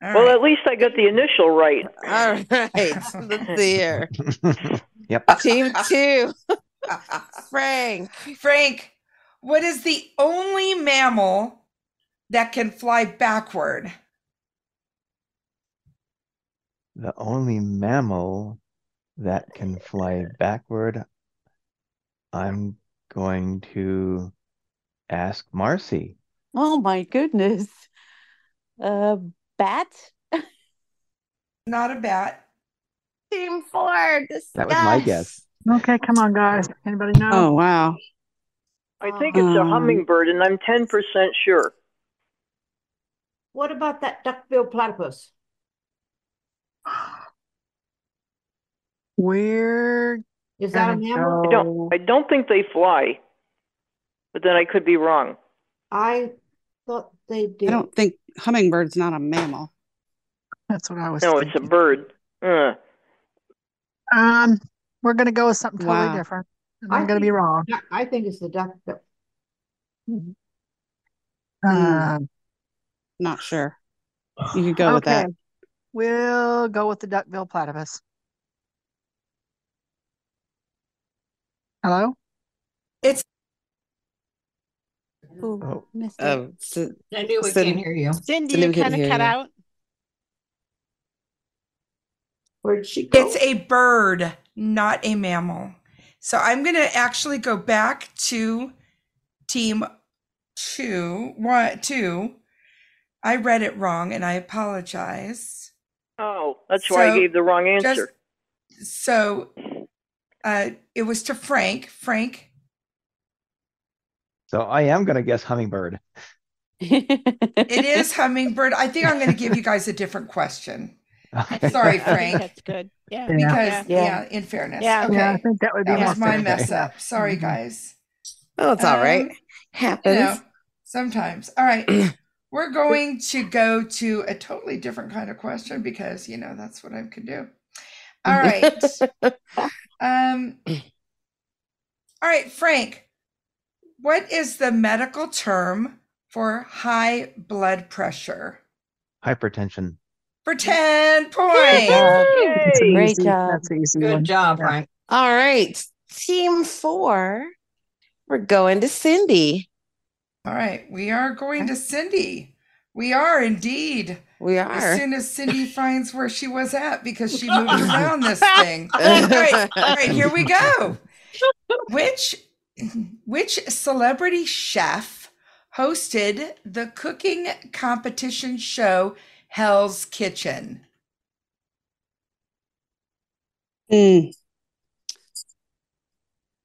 Speaker 5: Earl.
Speaker 21: well, at least I got the initial right.
Speaker 6: All
Speaker 5: *laughs*
Speaker 21: *laughs*
Speaker 6: right. Let's see here.
Speaker 18: *laughs* Uh,
Speaker 10: Yep.
Speaker 6: Team two. Frank.
Speaker 5: Frank, what is the only mammal that can fly backward?
Speaker 10: The only mammal that can fly backward. I'm going to ask Marcy.
Speaker 11: Oh my goodness. Uh, bat?
Speaker 5: Not a bat.
Speaker 6: Team four. Discuss.
Speaker 10: That was my guess.
Speaker 20: Okay, come on, guys. Anybody know? Oh wow.
Speaker 21: I think it's a
Speaker 20: Um,
Speaker 21: hummingbird, and I'm ten percent sure.
Speaker 18: What about that duckbill platypus?
Speaker 20: We're
Speaker 18: Is that a
Speaker 20: gonna
Speaker 18: mammal?
Speaker 20: go-
Speaker 21: I don't. I don't think they fly, but then I could be wrong.
Speaker 18: I thought they did.
Speaker 23: I don't think hummingbird's not a mammal.
Speaker 20: That's what I was.
Speaker 21: No, it's a bird. Uh,
Speaker 20: Um, we're gonna go with something totally
Speaker 18: Wow.
Speaker 20: different. and
Speaker 18: I
Speaker 20: I'm gonna be
Speaker 18: think-
Speaker 20: wrong. Hmm.
Speaker 18: I- I think it's the duckbill. Hmm.
Speaker 20: Um,
Speaker 23: Not sure. You could go with
Speaker 20: okay,
Speaker 23: that.
Speaker 20: we'll go with the duckbill platypus. Hello.
Speaker 5: It's
Speaker 11: Oh, missed it.
Speaker 6: Um, Cin-
Speaker 8: I knew we
Speaker 6: Cin-
Speaker 8: can't hear you.
Speaker 15: Cindy,
Speaker 6: Cindy,
Speaker 15: you
Speaker 6: we couldn't
Speaker 15: kind of
Speaker 6: hear
Speaker 15: cut
Speaker 6: you.
Speaker 15: out.
Speaker 18: Where'd she go?
Speaker 5: It's a bird, not a mammal. So I'm going to actually go back to team two. One, two. I read it wrong and I apologize.
Speaker 21: oh, that's why
Speaker 5: So,
Speaker 21: I gave the wrong
Speaker 5: just-
Speaker 21: answer.
Speaker 5: So uh, it was to Frank. Frank,
Speaker 10: So I am going to guess hummingbird.
Speaker 5: it is hummingbird. I think I'm going to give you guys a different question. Sorry, Frank.
Speaker 15: That's good. Yeah.
Speaker 5: Because yeah, in fairness.
Speaker 15: Yeah.
Speaker 5: Okay.
Speaker 15: Yeah, I
Speaker 20: think that would be
Speaker 5: was
Speaker 20: more fair.
Speaker 5: my
Speaker 20: Mm-hmm.
Speaker 5: mess up. Sorry, guys.
Speaker 6: Oh, it's all
Speaker 20: Um,
Speaker 6: right.
Speaker 5: You
Speaker 6: Happens.
Speaker 5: know, sometimes. All right. *clears throat* We're going to go to a totally different kind of question because you know that's what I can do. All right.
Speaker 15: Mm-hmm. *laughs*
Speaker 5: um all right, Frank. What is the medical term for high blood pressure?
Speaker 14: Hypertension.
Speaker 5: For 10 points.
Speaker 20: It's an
Speaker 5: Great
Speaker 20: easy-
Speaker 5: job.
Speaker 20: That's an easy
Speaker 5: Good
Speaker 20: one.
Speaker 5: job,
Speaker 20: Yeah.
Speaker 5: Frank.
Speaker 6: All right. Team four. We're going to Cindy.
Speaker 5: All right, we are going to Cindy. We are indeed.
Speaker 6: We are.
Speaker 5: As soon as *laughs* Cindy finds where she was at, because *laughs* she moved around this thing. *laughs* All right, all right, here we go. Which which celebrity chef hosted the cooking competition show Hell's Kitchen?
Speaker 23: Mm.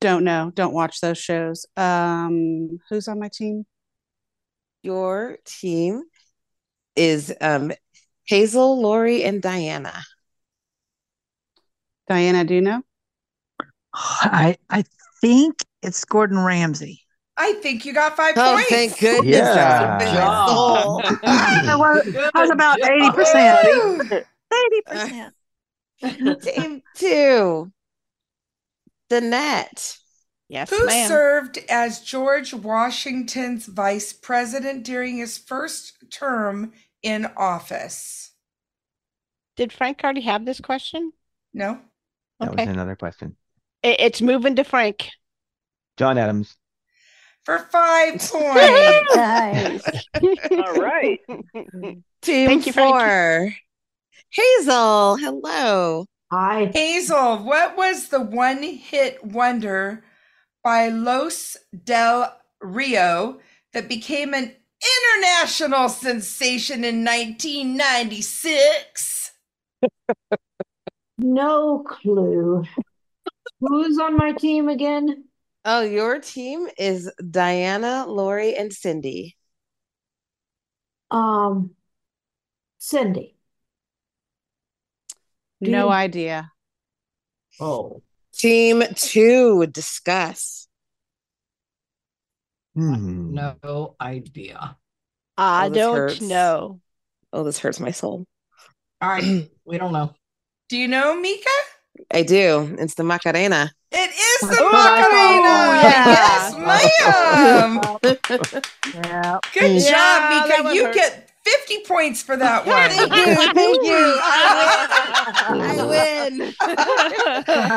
Speaker 23: Don't know. Don't watch those shows. Um, who's on my team?
Speaker 6: Your team is um, Hazel, Lori, and Diana.
Speaker 23: Diana, do you know?
Speaker 20: I I think it's Gordon Ramsay.
Speaker 5: I think you got five
Speaker 6: Oh,
Speaker 5: points.
Speaker 6: thank goodness.
Speaker 20: Yeah.
Speaker 6: That was in my
Speaker 5: *laughs*
Speaker 6: soul.
Speaker 20: I Oh. was, I was about eighty percent. Eighty
Speaker 6: *laughs*
Speaker 20: percent.
Speaker 6: Team two. Danette.
Speaker 23: Yes,
Speaker 5: Who served as George Washington's vice president during his first term in office?
Speaker 15: Did Frank already have this question?
Speaker 5: No.
Speaker 14: That was
Speaker 15: Okay.
Speaker 14: another question.
Speaker 15: It, it's moving to Frank.
Speaker 14: John Adams.
Speaker 5: For five points.
Speaker 15: All
Speaker 5: *laughs*
Speaker 6: right. Team four. Hazel, hello.
Speaker 18: Hi.
Speaker 5: Hazel, what was the one hit wonder by Los Del Rio that became an international sensation in 1996?
Speaker 18: No clue. Who's on my team again?
Speaker 6: Oh, your team is Diana, Lori, and Cindy.
Speaker 18: Um, Cindy.
Speaker 23: No
Speaker 18: Dude.
Speaker 23: idea.
Speaker 18: Oh.
Speaker 6: Team two, discuss.
Speaker 8: No idea.
Speaker 15: I
Speaker 6: Oh, this
Speaker 15: don't
Speaker 6: hurts.
Speaker 15: know.
Speaker 6: Oh, this hurts my soul.
Speaker 8: All
Speaker 6: *clears throat*
Speaker 8: right. we don't know.
Speaker 5: Do you know, Mika?
Speaker 6: I do. It's the Macarena.
Speaker 5: It is the
Speaker 6: Oh,
Speaker 5: Macarena. Yes, ma'am.
Speaker 20: Yeah.
Speaker 5: Good
Speaker 6: Yeah,
Speaker 5: job,
Speaker 6: that
Speaker 5: Mika.
Speaker 6: one
Speaker 5: You
Speaker 6: hurts.
Speaker 5: get 50 points for that one.
Speaker 6: Thank you. Thank you.
Speaker 5: *laughs*
Speaker 6: I win.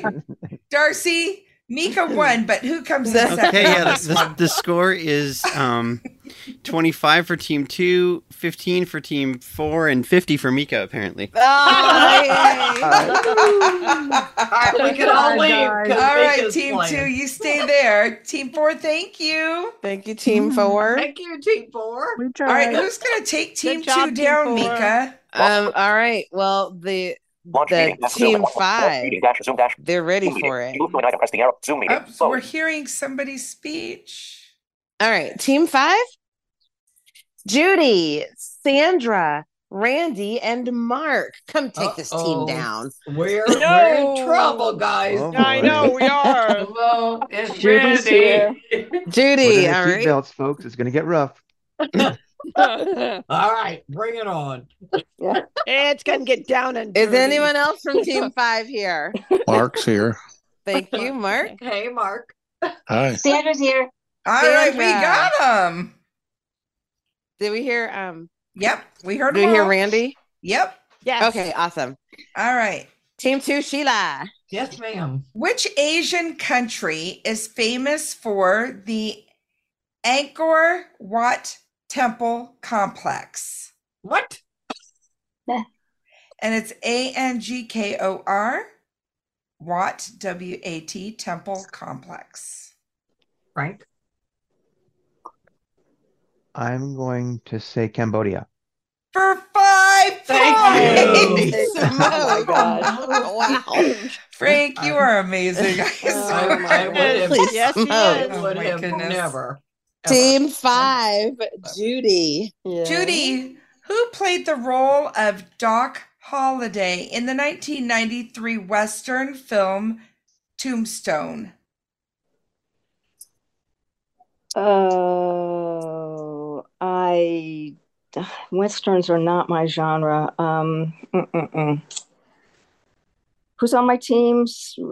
Speaker 5: *laughs* All right. Darcy, Mika won, but who comes in second?
Speaker 23: Okay,
Speaker 5: on
Speaker 23: yeah,
Speaker 5: this
Speaker 23: that's-
Speaker 5: one? *laughs*
Speaker 23: one.
Speaker 13: The, the score is um, 25 for team two, 15 for team four, and 50 for Mika, apparently.
Speaker 6: Oh,
Speaker 5: Ah,
Speaker 8: we can all
Speaker 5: Bye,
Speaker 8: leave,
Speaker 5: guys.
Speaker 8: 'cause
Speaker 5: All
Speaker 8: Mika's
Speaker 5: right, team
Speaker 8: playing.
Speaker 5: two, you stay there. Team four, thank you.
Speaker 6: Thank you, team four.
Speaker 8: Thank you, team four.
Speaker 20: We
Speaker 5: All right, who's gonna take team two down, Mika?
Speaker 6: Um, all right. Well, the the team five,
Speaker 19: Meeting dash Zoom dash.
Speaker 6: they're ready
Speaker 19: Zoom meeting.
Speaker 6: for it.
Speaker 19: You move to an item. Press the arrow. Zoom meeting.
Speaker 5: Oh, so we're hearing somebody's speech.
Speaker 6: All right, team five. Judy, Sandra, Randy, and Mark. Come take this team
Speaker 8: Uh-oh.
Speaker 6: down.
Speaker 8: We're, we're in trouble, guys.
Speaker 14: Oh, I boy. know, we
Speaker 8: *laughs* are. Hello, it's
Speaker 14: Judy's
Speaker 8: Randy.
Speaker 14: Put in
Speaker 6: Judy,
Speaker 14: the
Speaker 6: all right.
Speaker 14: seatbelts, folks. It's going to get rough.
Speaker 8: *laughs* all right, bring it on.
Speaker 15: It's gonna get down and
Speaker 6: Is
Speaker 15: dirty.
Speaker 6: anyone else from
Speaker 15: *laughs*
Speaker 6: team five here?
Speaker 16: Mark's here.
Speaker 6: Thank you, Mark.
Speaker 8: Hey, Mark.
Speaker 16: Hi.
Speaker 6: Sandra's here.
Speaker 5: All right, we got him.
Speaker 6: Did we hear um
Speaker 5: Yep, we heard
Speaker 6: Did
Speaker 5: them
Speaker 6: we hear
Speaker 5: all.
Speaker 6: Randy?
Speaker 5: Yep.
Speaker 15: Yes.
Speaker 6: Okay, awesome.
Speaker 5: All right.
Speaker 6: Team two, Sheila.
Speaker 8: Yes, ma'am.
Speaker 5: Which Asian country is famous for the Angkor Wat Temple Complex?
Speaker 8: What?
Speaker 5: *laughs* And it's A N G K O R Wat W A T Temple Complex.
Speaker 8: Frank.
Speaker 14: I'm going to say Cambodia.
Speaker 5: For five
Speaker 8: Thank *laughs*
Speaker 5: points. *laughs*
Speaker 6: Oh my
Speaker 8: gosh.
Speaker 6: Wow.
Speaker 5: Frank,
Speaker 8: *laughs*
Speaker 5: you are amazing. I
Speaker 8: I, I
Speaker 5: swear.
Speaker 8: would have,
Speaker 5: *laughs* Oh
Speaker 6: Please
Speaker 8: yes,
Speaker 6: smoke.
Speaker 8: would
Speaker 5: my
Speaker 8: have
Speaker 5: goodness.
Speaker 8: never.
Speaker 6: Team five, Judy.
Speaker 5: Judy, who played the role of Doc Holliday in the 1993 Western film Tombstone?
Speaker 1: Oh, I *sighs* westerns are not my genre. Um, mm-mm-mm. Who's on my teams? Uh,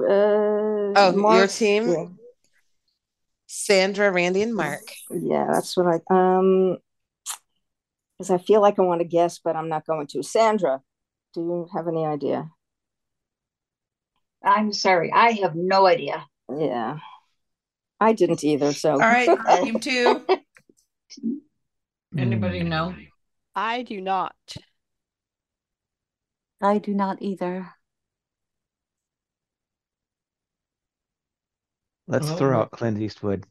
Speaker 6: Oh, your
Speaker 1: Mark?
Speaker 6: team?
Speaker 1: Yeah.
Speaker 6: Sandra, Randy, and Mark.
Speaker 1: Yeah, that's what I um because I feel like I want to guess, but I'm not going to. Sandra, do you have any idea?
Speaker 18: I'm sorry, I have no idea.
Speaker 1: Yeah. I didn't either, so
Speaker 11: *laughs*
Speaker 18: All *laughs* right,
Speaker 5: team two.
Speaker 8: Anybody know?
Speaker 15: I do not.
Speaker 11: I do not either.
Speaker 10: Let's
Speaker 8: Oh.
Speaker 10: throw out Clint Eastwood.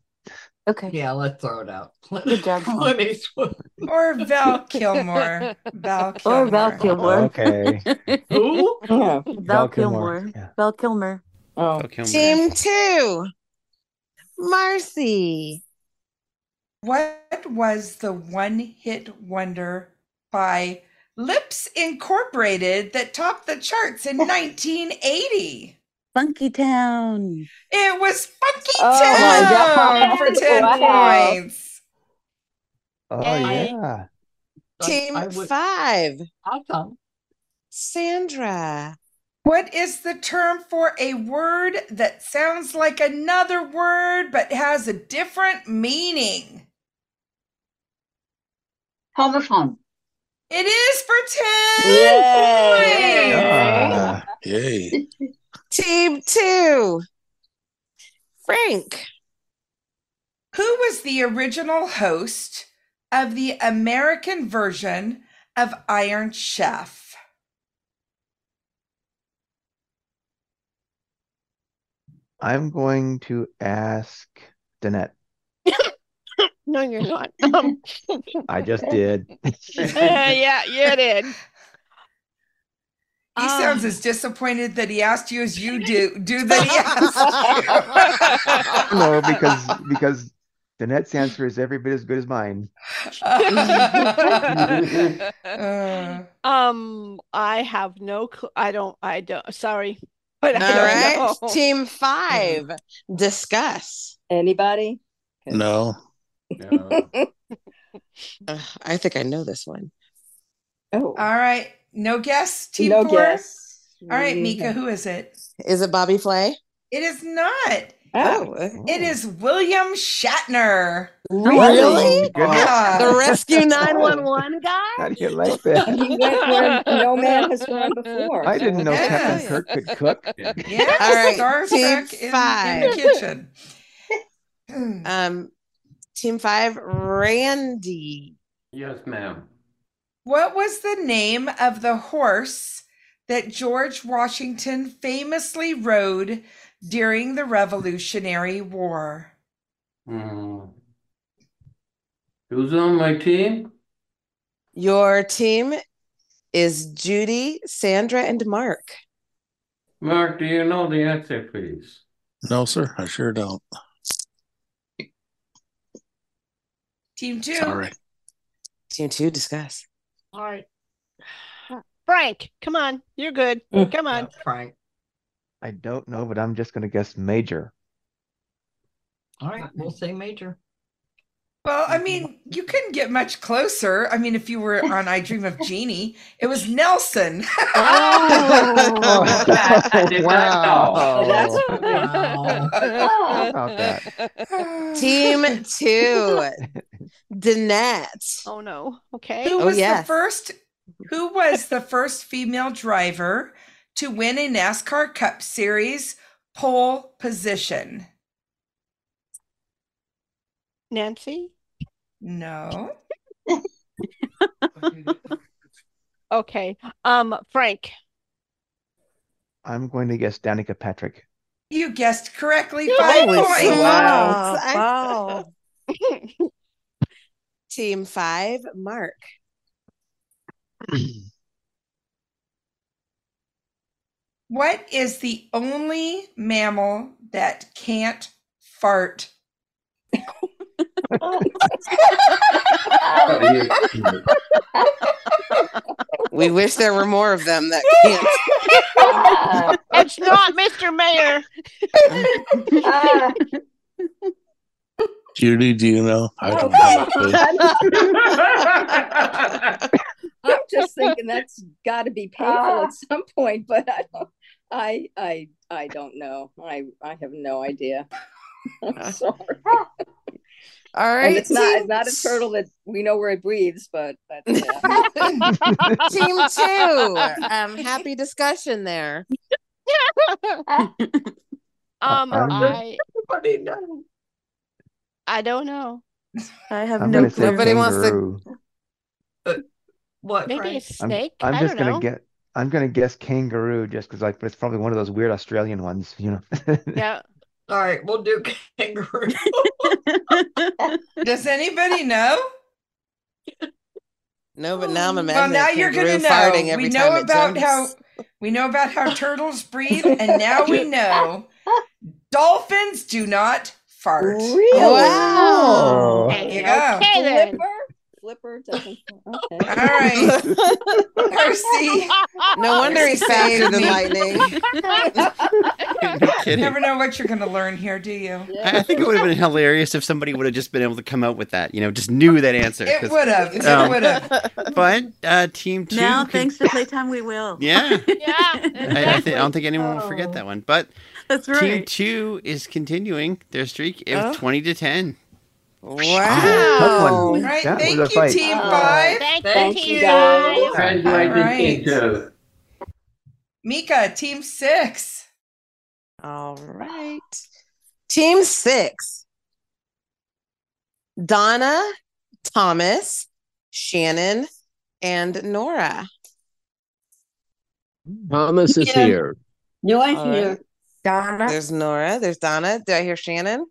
Speaker 11: Okay.
Speaker 8: Yeah, let's throw it out. *laughs*
Speaker 11: Good job.
Speaker 8: Clint Eastwood.
Speaker 5: Or
Speaker 11: *laughs*
Speaker 5: Val Kilmer. Val
Speaker 6: Oh,
Speaker 5: Kilmer.
Speaker 11: Or Val Kilmer.
Speaker 3: Uh,
Speaker 10: Okay.
Speaker 11: *laughs*
Speaker 8: Who?
Speaker 1: Val,
Speaker 10: Val Kilmer,
Speaker 11: Kilmer. Val Kilmer.
Speaker 1: Oh.
Speaker 6: Team two, Marcy.
Speaker 5: What was the one hit wonder by Lips Incorporated that topped the charts
Speaker 11: Oh.
Speaker 5: in 1980?
Speaker 11: Funky Town.
Speaker 5: It was Funky
Speaker 11: Oh
Speaker 5: Town
Speaker 11: my God.
Speaker 5: for 10
Speaker 11: Wow.
Speaker 5: points.
Speaker 10: Oh
Speaker 6: Yay.
Speaker 10: yeah.
Speaker 6: Team
Speaker 8: I would-
Speaker 6: five,
Speaker 8: Awesome.
Speaker 6: Sandra.
Speaker 5: What is the term for a word that sounds like another word but has a different meaning?
Speaker 18: Homophone.
Speaker 5: It is for
Speaker 1: Yay.
Speaker 5: 10 points.
Speaker 6: Yay. Team two, Frank.
Speaker 5: Who was the original host of the American version of Iron Chef?
Speaker 10: I'm going to ask Danette.
Speaker 15: No, you're
Speaker 6: *laughs*
Speaker 15: not. Um, *laughs*
Speaker 10: I just did. *laughs*
Speaker 15: yeah, you did.
Speaker 5: He sounds as disappointed that he asked you as you do do that he asked you.
Speaker 10: no, because because Danette's answer is every bit as good
Speaker 6: *laughs*
Speaker 10: as mine.
Speaker 5: Uh,
Speaker 15: Um, I have no clue. I don't. I don't. Sorry, but
Speaker 6: All
Speaker 15: I
Speaker 6: right,
Speaker 15: don't know. *laughs*
Speaker 6: team five, discuss.
Speaker 1: Anybody?
Speaker 16: No.
Speaker 6: Ugh, I think I know this one.
Speaker 5: All right. No guess, team
Speaker 6: Oh. No
Speaker 5: four?
Speaker 6: guess.
Speaker 5: All right,
Speaker 6: We
Speaker 5: Mika,
Speaker 6: have-
Speaker 5: who is it?
Speaker 6: Is it Bobby Flay?
Speaker 5: It is not.
Speaker 6: Oh,
Speaker 5: It is William Shatner.
Speaker 10: Oh,
Speaker 6: really?
Speaker 5: Yeah.
Speaker 6: The
Speaker 10: *laughs*
Speaker 6: Rescue 911 guy?
Speaker 10: How do you like that?
Speaker 1: He went where
Speaker 15: *laughs*
Speaker 6: *laughs*
Speaker 1: no man has gone before.
Speaker 10: I didn't know
Speaker 1: Yeah.
Speaker 10: Captain Kirk could cook.
Speaker 5: Yeah,
Speaker 6: All right,
Speaker 5: Star
Speaker 6: team
Speaker 5: Trek in, in
Speaker 6: five.
Speaker 5: the kitchen.
Speaker 6: Um, team five, Randy.
Speaker 13: Yes, ma'am.
Speaker 5: What was the name of the horse that George Washington famously rode during the Revolutionary War?
Speaker 13: Mm. Who's on my team?
Speaker 6: Your team is Judy, Sandra, and Mark.
Speaker 13: Mark, do you know the answer, please?
Speaker 16: No, sir. I sure don't.
Speaker 5: Team two.
Speaker 16: Sorry.
Speaker 6: Team two, discuss.
Speaker 8: All right.
Speaker 15: Frank, come on. You're
Speaker 5: *laughs*
Speaker 15: good. Come on.
Speaker 8: Frank.
Speaker 10: I don't know, but I'm just gonna guess Major.
Speaker 8: All right. We'll say major.
Speaker 5: Well, I mean, you couldn't get much closer. I mean, if you were on I Dream of Jeannie, it was Nelson.
Speaker 13: I *laughs* did not
Speaker 10: Oh! wow.
Speaker 8: Wow.
Speaker 10: How about that?
Speaker 6: Team
Speaker 5: *laughs*
Speaker 6: two, Danette.
Speaker 15: Oh no. Okay.
Speaker 5: Who
Speaker 6: Oh,
Speaker 5: was the
Speaker 6: yes.
Speaker 5: first who was the first female driver to win a NASCAR Cup Series pole position? *laughs*
Speaker 15: Nancy.
Speaker 5: No.
Speaker 15: Okay. Um, Frank.
Speaker 10: I'm going to guess Danica Patrick.
Speaker 5: You guessed correctly. Five
Speaker 6: Holy
Speaker 5: points.
Speaker 6: smokes. I- *laughs* Team five, Mark.
Speaker 5: What is the only mammal that can't fart?
Speaker 6: *laughs* we wish there were more of *laughs* them that can't.
Speaker 15: *laughs* it's not Mr. Mayor.
Speaker 5: Uh,
Speaker 16: Judy, do you know? I
Speaker 18: Oh,
Speaker 16: don't know.
Speaker 18: come
Speaker 16: *laughs*
Speaker 18: on. *laughs* I'm just thinking that's got to be painful at some point, but I don't. I I I don't know. I I have no idea. *laughs* I'm sorry.
Speaker 6: All
Speaker 18: And
Speaker 6: right,
Speaker 18: it's not it's
Speaker 6: team-
Speaker 18: not a turtle that we know where it breathes, but that's it.
Speaker 6: Team two. Um, happy discussion there.
Speaker 15: *laughs* Um,
Speaker 10: I'm gonna-
Speaker 15: I. I don't know.
Speaker 6: I
Speaker 10: I'm gonna say kangaroo.
Speaker 8: What?
Speaker 15: Maybe
Speaker 8: Frank?
Speaker 15: a snake.
Speaker 10: I'm
Speaker 15: I
Speaker 10: just
Speaker 15: don't
Speaker 10: gonna
Speaker 15: know.
Speaker 10: *laughs* get. I'm gonna guess kangaroo just because like it's probably one of those weird Australian ones, you know. *laughs*
Speaker 15: Yeah.
Speaker 8: All right, we'll do *laughs* kangaroo.
Speaker 5: Does anybody know?
Speaker 6: No, but now I'm
Speaker 5: Well,
Speaker 6: imagining
Speaker 5: now
Speaker 6: a
Speaker 5: you're
Speaker 6: kangaroo
Speaker 5: going to
Speaker 6: farting
Speaker 5: know.
Speaker 6: every
Speaker 5: We
Speaker 6: time
Speaker 5: know
Speaker 6: it
Speaker 5: about
Speaker 6: jumps.
Speaker 5: how we know about how turtles breathe, and now
Speaker 6: *laughs*
Speaker 5: we know dolphins do not fart.
Speaker 18: Really?
Speaker 13: Oh.
Speaker 6: Wow.
Speaker 5: There you go.
Speaker 18: Flipper? Flipper
Speaker 5: *laughs*
Speaker 18: doesn't. Okay.
Speaker 5: All
Speaker 6: *laughs*
Speaker 5: right, Percy.
Speaker 6: No wonder he's faster than lightning.
Speaker 5: *laughs*
Speaker 13: No
Speaker 5: You
Speaker 13: kidding.
Speaker 5: never know what you're going to learn here, do you?
Speaker 13: I I think it would have been hilarious if somebody would have just been able to come out with that, you know, just knew that answer.
Speaker 5: It
Speaker 13: 'cause-
Speaker 5: would have. It
Speaker 13: Um,
Speaker 5: would have.
Speaker 13: But uh, team two,
Speaker 11: now,
Speaker 13: could-
Speaker 11: thanks to playtime, we will.
Speaker 6: *laughs*
Speaker 13: *laughs* yeah,
Speaker 15: Yeah.
Speaker 13: I, I, th- I don't think anyone will forget that one. But
Speaker 11: *laughs* That's
Speaker 13: team
Speaker 11: right.
Speaker 13: two is continuing their streak of
Speaker 11: Oh.
Speaker 13: twenty to ten.
Speaker 6: Wow.
Speaker 10: Tough
Speaker 5: All
Speaker 10: one.
Speaker 5: right,
Speaker 10: That
Speaker 5: thank
Speaker 10: was a
Speaker 5: you,
Speaker 10: fight.
Speaker 5: Team
Speaker 18: Oh,
Speaker 5: Five.
Speaker 15: Thank,
Speaker 18: thank
Speaker 15: you
Speaker 18: you
Speaker 15: guys.
Speaker 18: guys.
Speaker 5: All right.
Speaker 2: Congratulations, Team
Speaker 5: Mika, Team Six.
Speaker 6: All right. Team six Donna, Thomas, Shannon, and Nora.
Speaker 16: Thomas is
Speaker 6: Yeah.
Speaker 16: here.
Speaker 6: No,
Speaker 16: I'm here.
Speaker 6: Donna. There's Nora. There's Donna. Did I hear Shannon?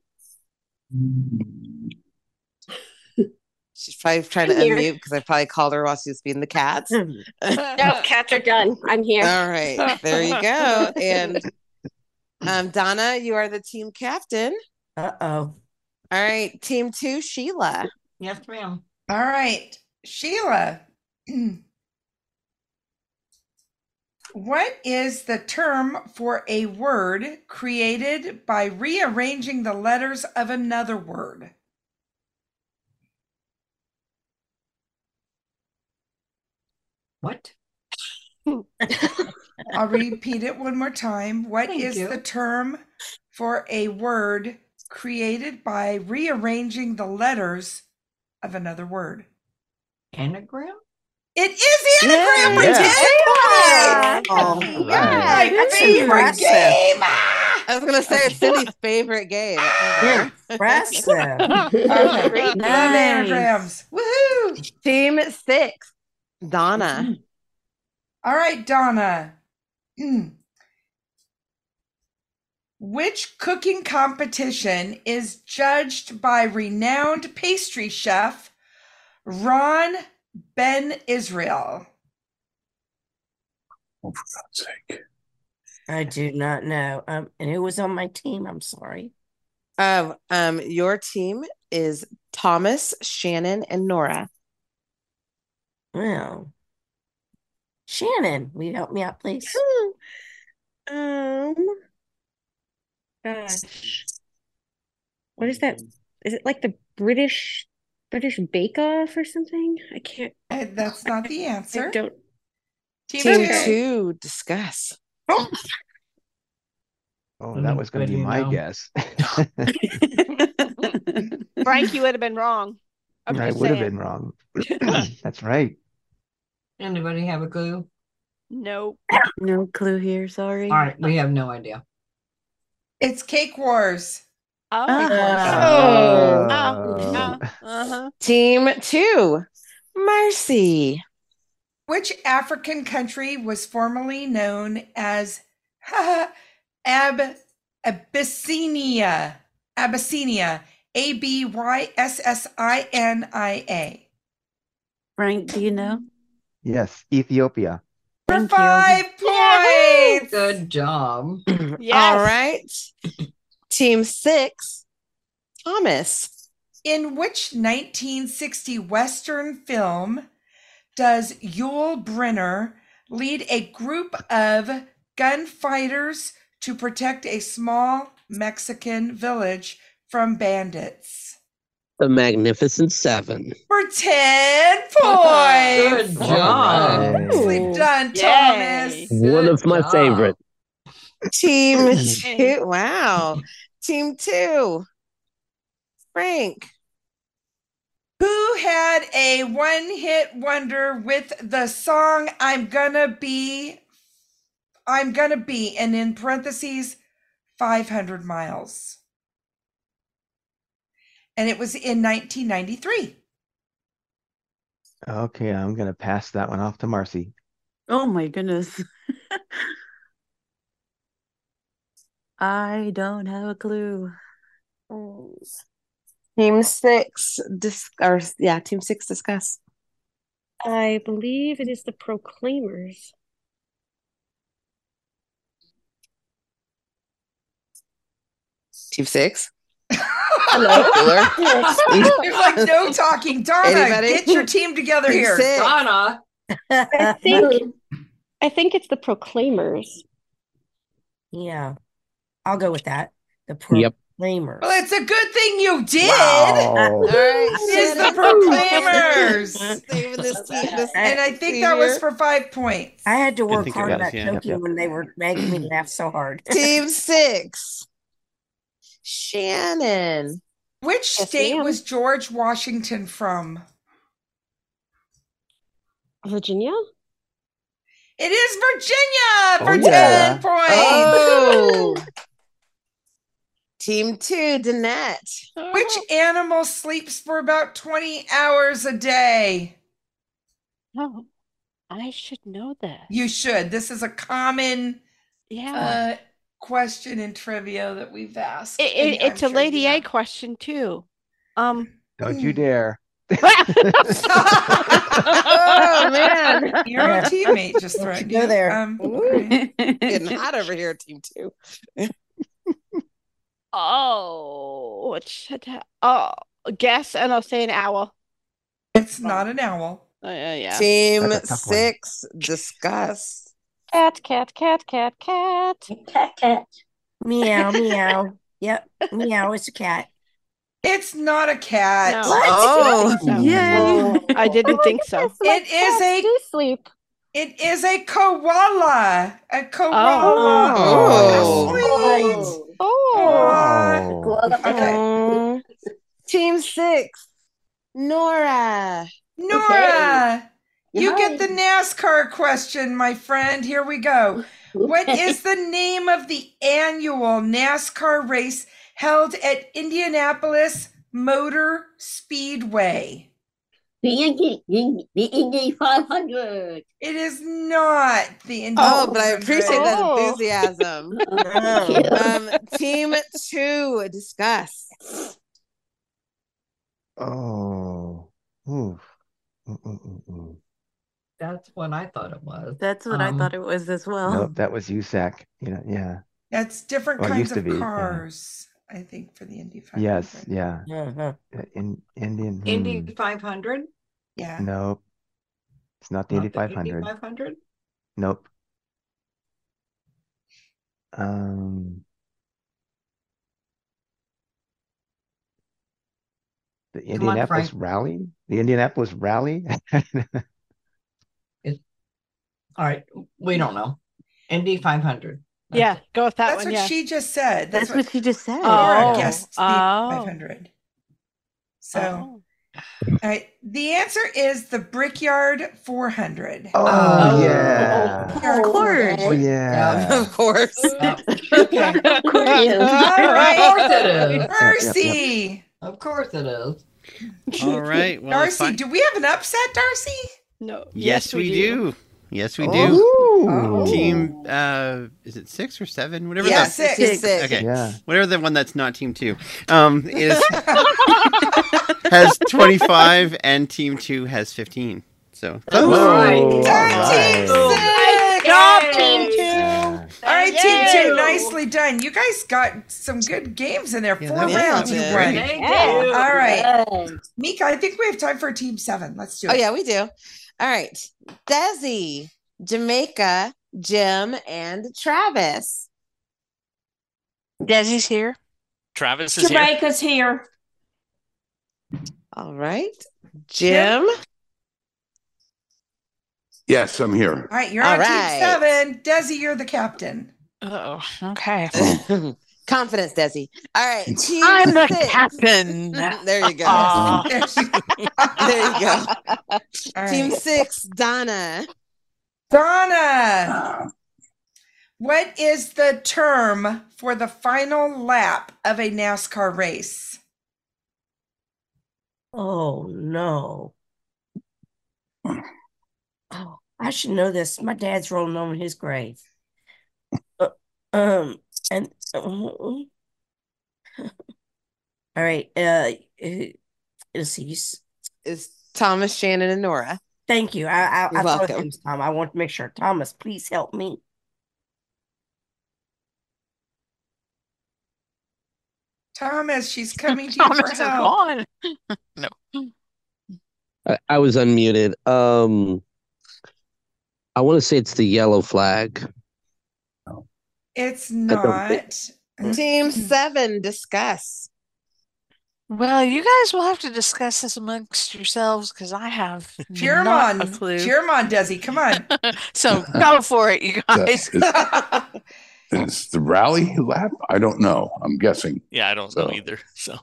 Speaker 6: She's probably trying to
Speaker 3: I'm here.
Speaker 6: unmute because I probably called her while she was feeding the cats.
Speaker 3: *laughs* No, cats are done. I'm here.
Speaker 6: All right, there you
Speaker 3: *laughs*
Speaker 6: go. And um, Donna, you are the team captain.
Speaker 3: Uh oh.
Speaker 6: All right, team two, Sheila.
Speaker 8: Yes, ma'am.
Speaker 5: All right, Sheila. *clears throat* What is the term for a word created by rearranging the letters of another word?
Speaker 8: What?
Speaker 5: *laughs* I'll repeat it one more time. What
Speaker 8: Thank
Speaker 5: is
Speaker 8: you.
Speaker 5: the term for a word created by rearranging the letters of another word?
Speaker 8: Anagram?
Speaker 5: It is the anagram for 10
Speaker 10: Yeah.
Speaker 5: points!
Speaker 6: Oh,
Speaker 5: My favorite game! ah!
Speaker 6: I was gonna say it's Cindy's favorite game. *laughs*
Speaker 5: *laughs* Okay. Love anagrams. Woohoo!
Speaker 6: Team six, Donna.
Speaker 5: All right, Donna. *clears throat* Which cooking competition is judged by renowned pastry chef Ron Ben Israel?
Speaker 3: Oh, for God's sake. I do not know. Um, and who was on my team? I'm sorry.
Speaker 6: Um, um, your team is Thomas, Shannon, and Nora.
Speaker 3: Wow. Shannon, will you help me out, please?
Speaker 6: Um,
Speaker 4: Gosh. What is that? Is it like the British British Bake Off or something? I can't.
Speaker 5: Uh, That's not the answer.
Speaker 4: I don't.
Speaker 5: Team
Speaker 6: Team
Speaker 5: two.
Speaker 6: two, discuss.
Speaker 10: Oh, that was gonna be my
Speaker 14: *laughs*
Speaker 10: guess. *laughs*
Speaker 15: Frank, you would have been wrong. I'm
Speaker 10: I
Speaker 15: just
Speaker 10: would have
Speaker 15: saying.
Speaker 10: been wrong.
Speaker 15: *coughs*
Speaker 10: That's right.
Speaker 8: Anybody have a clue?
Speaker 15: No.
Speaker 11: No clue here. Sorry.
Speaker 8: All right, we have no idea.
Speaker 5: It's Cake Wars.
Speaker 15: Oh.
Speaker 6: Uh, Oh.
Speaker 3: Ah.
Speaker 5: ah.
Speaker 15: Oh.
Speaker 10: Oh.
Speaker 15: Uh-huh.
Speaker 6: Team two, Mercy.
Speaker 5: Which African country was formerly known as *laughs* Ab- Abyssinia? Abyssinia. A B Y S S I N I A.
Speaker 11: Frank, do you know?
Speaker 10: Yes, Ethiopia.
Speaker 5: For five points.
Speaker 8: Good
Speaker 14: Um.
Speaker 8: job.
Speaker 6: All right. Team six, Thomas.
Speaker 5: In which 1960 Western film does Yul Brynner lead a group of gunfighters to protect a small Mexican village from bandits?
Speaker 2: The Magnificent Seven.
Speaker 5: For 10 points.
Speaker 2: Good job.
Speaker 5: Nicely done, Thomas.
Speaker 2: One of my favorite.
Speaker 3: *laughs*
Speaker 6: Team two. Wow. Team two. Frank.
Speaker 5: Who had a one hit wonder with the song I'm Gonna Be, I'm Gonna Be, and in parentheses, 500 miles? And it was in 1993.
Speaker 14: Okay, I'm gonna pass that one off to Marcy.
Speaker 11: Oh
Speaker 7: *laughs*
Speaker 11: my goodness. *laughs* I don't have a Oh, clue.
Speaker 6: Team six. Dis- or, yeah, team six, discuss.
Speaker 4: I believe it is the Proclaimers.
Speaker 6: Team six.
Speaker 5: Hello. There's like no talking. Donna,
Speaker 4: Anybody?
Speaker 5: get your team together
Speaker 4: Team
Speaker 5: here.
Speaker 4: six.
Speaker 8: Donna.
Speaker 4: I think I think it's the Proclaimers.
Speaker 3: Yeah. I'll go with that. The Proclaimers.
Speaker 5: Well, it's a good thing you did.
Speaker 3: Wow. All right,
Speaker 5: It is the
Speaker 3: shut up. *laughs*
Speaker 5: Proclaimers.
Speaker 3: this
Speaker 5: and I think that was for five points.
Speaker 3: I had to
Speaker 5: I
Speaker 3: work
Speaker 5: think it
Speaker 3: hard
Speaker 5: was,
Speaker 3: about
Speaker 5: yeah.
Speaker 3: Tokyo
Speaker 5: Yep, yep.
Speaker 3: when they were making me laugh so hard.
Speaker 6: Team six. Shannon.
Speaker 5: Which state was George Washington from?
Speaker 4: Virginia?
Speaker 5: It is Virginia for
Speaker 6: Oh, yeah.
Speaker 5: 10 points. *laughs*
Speaker 6: Oh. Team two, Danette.
Speaker 15: Oh.
Speaker 5: Which animal sleeps for about 20 hours a day?
Speaker 15: Oh, I should know that.
Speaker 5: You should. This is a common
Speaker 15: Yeah.
Speaker 5: uh, question in trivia that we've asked.
Speaker 15: It, it,
Speaker 5: and
Speaker 15: it's
Speaker 5: I'm
Speaker 15: a
Speaker 5: sure you
Speaker 15: Lady A question too. Um,
Speaker 5: *laughs*
Speaker 14: Don't you dare.
Speaker 6: oh
Speaker 5: *laughs*
Speaker 6: man.
Speaker 5: Your own teammate just threatened you. Um, *laughs*
Speaker 6: Getting hot over here, team two.
Speaker 15: oh, what should I, oh, guess, and I'll say an owl.
Speaker 5: It's not an owl.
Speaker 15: Oh, yeah.
Speaker 6: Team
Speaker 15: That's a tough one.
Speaker 6: six, discuss.
Speaker 4: Cat, cat, cat, cat, cat.
Speaker 3: Cat, cat. Meow, *laughs* meow. Yep. Meow, it's a cat.
Speaker 5: It's not a cat.
Speaker 15: No. What? Oh, *laughs* No.
Speaker 5: yeah.
Speaker 15: I didn't think so.
Speaker 5: It is a
Speaker 4: sleep.
Speaker 5: It is a koala.
Speaker 15: Oh.
Speaker 5: A koala.
Speaker 6: Oh.
Speaker 5: Oh,
Speaker 6: Oh. Okay. Team six, Nora.
Speaker 5: Nora, you get the NASCAR question, my friend. Here we go. What is the name of the annual NASCAR race held at Indianapolis Motor Speedway?
Speaker 7: The Indy, the, the Indy 500.
Speaker 5: It is not the Indy.
Speaker 6: Oh, but I appreciate that
Speaker 5: 500.
Speaker 14: Oh.
Speaker 6: *laughs* enthusiasm. um, *laughs* team two, discuss.
Speaker 14: Oh. Oof. Mm, mm, mm, mm.
Speaker 8: That's what I thought it was.
Speaker 11: That's what I
Speaker 8: Um,
Speaker 11: thought it was as well.
Speaker 14: Nope, that was USAC. You know, yeah.
Speaker 5: That's different
Speaker 14: Well, it
Speaker 5: kinds
Speaker 14: used to
Speaker 5: of
Speaker 14: be, yeah.
Speaker 5: cars, I think, for the Indy 500.
Speaker 14: Yes, yeah.
Speaker 3: Uh-huh.
Speaker 10: Uh,
Speaker 14: In Indian.
Speaker 8: Indy
Speaker 14: hmm.
Speaker 8: 500?
Speaker 5: Yeah.
Speaker 14: Nope. It's not the
Speaker 8: Not the
Speaker 14: 8500.
Speaker 8: 8500?
Speaker 14: Nope. Um, the
Speaker 8: Come on,
Speaker 14: Indianapolis
Speaker 8: Frank.
Speaker 14: Rally? The Indianapolis Rally? *laughs*
Speaker 5: Oh,
Speaker 8: All right. We don't know. Indy
Speaker 5: *laughs*
Speaker 8: 500.
Speaker 15: Yeah, go with that
Speaker 5: That's
Speaker 15: one.
Speaker 5: what
Speaker 15: yeah.
Speaker 5: she just said.
Speaker 15: That's what
Speaker 11: she just said.
Speaker 5: Laura
Speaker 15: Oh,
Speaker 5: guessed the
Speaker 15: oh.
Speaker 5: 500. So, all right. The answer is the Brickyard 400.
Speaker 14: Oh,
Speaker 8: Oh.
Speaker 14: yeah.
Speaker 5: Of course.
Speaker 14: Oh, yeah.
Speaker 6: Of course.
Speaker 8: of
Speaker 5: course it is.
Speaker 8: Of course it is.
Speaker 5: Mercy.
Speaker 8: Of course it is.
Speaker 13: All right. Well, if
Speaker 5: Darcy,
Speaker 13: I-
Speaker 5: do we have an upset, Darcy?
Speaker 15: No.
Speaker 13: Yes, we do. Yes, we
Speaker 14: do.
Speaker 13: Team, uh, is it six or seven? Whatever.
Speaker 5: Yeah,
Speaker 13: that-
Speaker 5: six. Team six.
Speaker 13: Okay.
Speaker 14: Yeah.
Speaker 13: Whatever the one that's not team two, um, is *laughs* has twenty five, and team two has fifteen. So
Speaker 8: All right.
Speaker 14: All right.
Speaker 5: Team six.
Speaker 15: Good job, team two.
Speaker 5: All right, Team
Speaker 9: Yay!
Speaker 5: Two, nicely done. You guys got some good games in there. Four
Speaker 9: that was
Speaker 5: rounds you
Speaker 9: good.
Speaker 5: won.
Speaker 9: Thank
Speaker 6: you.
Speaker 5: All right,
Speaker 6: Yes.
Speaker 5: Mika. I think we have time for Team Seven. Let's do it.
Speaker 6: *laughs* Oh yeah, we do. All right. Desi, Jamaica, Jim, and Travis. Desi's here.
Speaker 12: Travis is here.
Speaker 17: Jamaica's here.
Speaker 6: All right. Jim.
Speaker 24: Yes, I'm here.
Speaker 5: All right, you're
Speaker 6: All
Speaker 5: on
Speaker 6: right.
Speaker 5: Team Seven. Desi, you're the captain.
Speaker 6: Oh, okay. *coughs* Confidence, Desi. All right.
Speaker 9: *laughs*
Speaker 6: Team
Speaker 9: I'm the
Speaker 6: six.
Speaker 9: captain.
Speaker 6: *laughs* there you go.
Speaker 9: Aw.
Speaker 6: *laughs*
Speaker 9: *laughs*
Speaker 6: there you go.
Speaker 5: All
Speaker 6: Team
Speaker 5: right.
Speaker 6: six, Donna.
Speaker 5: Donna, what is the term for the final lap of a NASCAR race?
Speaker 3: Oh no. Oh, I should know this. My dad's rolling over in his grave. Uh, um, and *laughs* all right. Uh, uh, let's see. You, s-
Speaker 6: Is Thomas, Shannon, and Nora.
Speaker 3: thank you. I, I,
Speaker 6: You're
Speaker 3: I thought it
Speaker 6: welcome.
Speaker 3: was Tom. I want to make sure. Thomas, please help me.
Speaker 5: Thomas, she's coming to you
Speaker 9: Thomas
Speaker 5: for
Speaker 9: is
Speaker 5: help.
Speaker 9: gone. no.
Speaker 2: I, I was unmuted. Um, I want to say it's the yellow flag.
Speaker 5: It's
Speaker 2: don't think-
Speaker 5: not. Mm-hmm.
Speaker 6: Team seven, discuss.
Speaker 9: Well, you guys will have to discuss this amongst yourselves because I have
Speaker 5: Cheer 'em
Speaker 9: not a
Speaker 5: on.
Speaker 9: clue.
Speaker 5: Cheer 'em on, Desi. Come on.
Speaker 9: *laughs* So go for it, you guys.
Speaker 24: It's the rally lap? I don't know. I'm guessing.
Speaker 12: Yeah, I don't know either. So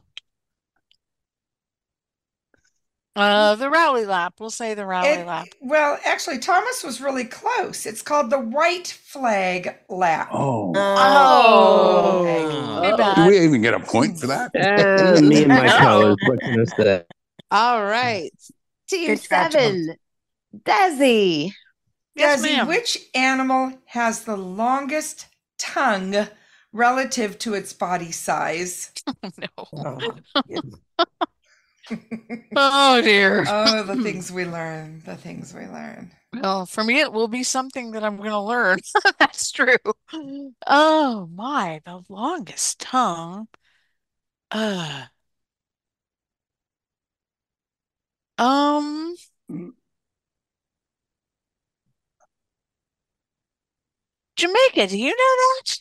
Speaker 9: Uh, *laughs* the rally lap. We'll say the rally
Speaker 5: It-
Speaker 9: lap.
Speaker 5: well, actually, Thomas was really close. It's called the white flag lap.
Speaker 24: Oh.
Speaker 9: Oh.
Speaker 24: Oh. Do we even get a point for that?
Speaker 2: Eh, me and my colors. What can I say?
Speaker 6: All right. Team
Speaker 5: Good try, Tom.
Speaker 6: seven, Desi.
Speaker 5: Desi, which animal has the longest tongue relative to its body
Speaker 9: *laughs*
Speaker 5: size?
Speaker 9: Oh dear. *laughs*
Speaker 5: Oh, the things we learn. The things we learn.
Speaker 9: Well, for me, it will be something that I'm going to learn. *laughs* That's true. Oh my, the longest tongue. Uh, um, Jamaica, do you know that?